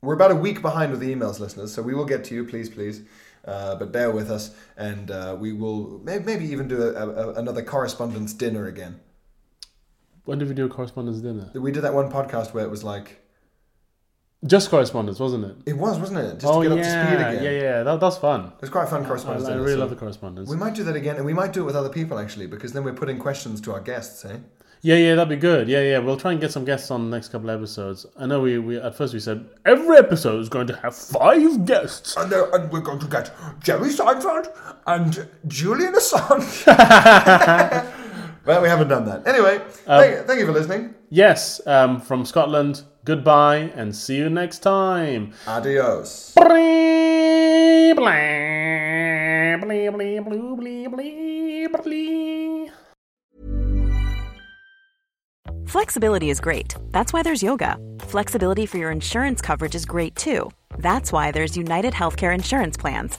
Speaker 1: we're about a week behind with the emails, listeners, so we will get to you. Please, please, uh, but bear with us, and uh, we will may- maybe even do a, a, another correspondence dinner again.
Speaker 2: when did we do a correspondence dinner?
Speaker 1: We did that one podcast where it was like
Speaker 2: Just correspondence, wasn't it?
Speaker 1: it was, wasn't it? Just
Speaker 2: oh,
Speaker 1: to get
Speaker 2: yeah,
Speaker 1: up to speed again.
Speaker 2: yeah, yeah. That, that's fun.
Speaker 1: It was quite a fun
Speaker 2: I, I
Speaker 1: correspondence. dinner,
Speaker 2: really
Speaker 1: so
Speaker 2: love the correspondence.
Speaker 1: We might do that again, and we might do it with other people actually, because then we're putting questions to our guests, eh?
Speaker 2: Yeah, yeah, that'd be good. Yeah, yeah, we'll try and get some guests on the next couple of episodes. I know we, we at first we said every episode is going to have five guests. [laughs]
Speaker 1: And, uh, and we're going to get Jerry Seinfeld and Julian Assange.
Speaker 2: [laughs]
Speaker 1: [laughs] well, we haven't done that. Anyway,
Speaker 2: Um,
Speaker 1: thank, thank you for listening.
Speaker 2: Yes, um, from Scotland. Goodbye and see you next time.
Speaker 1: Adios.
Speaker 2: Blee, blee, blee, blee, blue, blee, blee, blee.
Speaker 9: Flexibility is great. That's why there's yoga. Flexibility for your insurance coverage is great too. That's why there's United Healthcare Insurance Plans.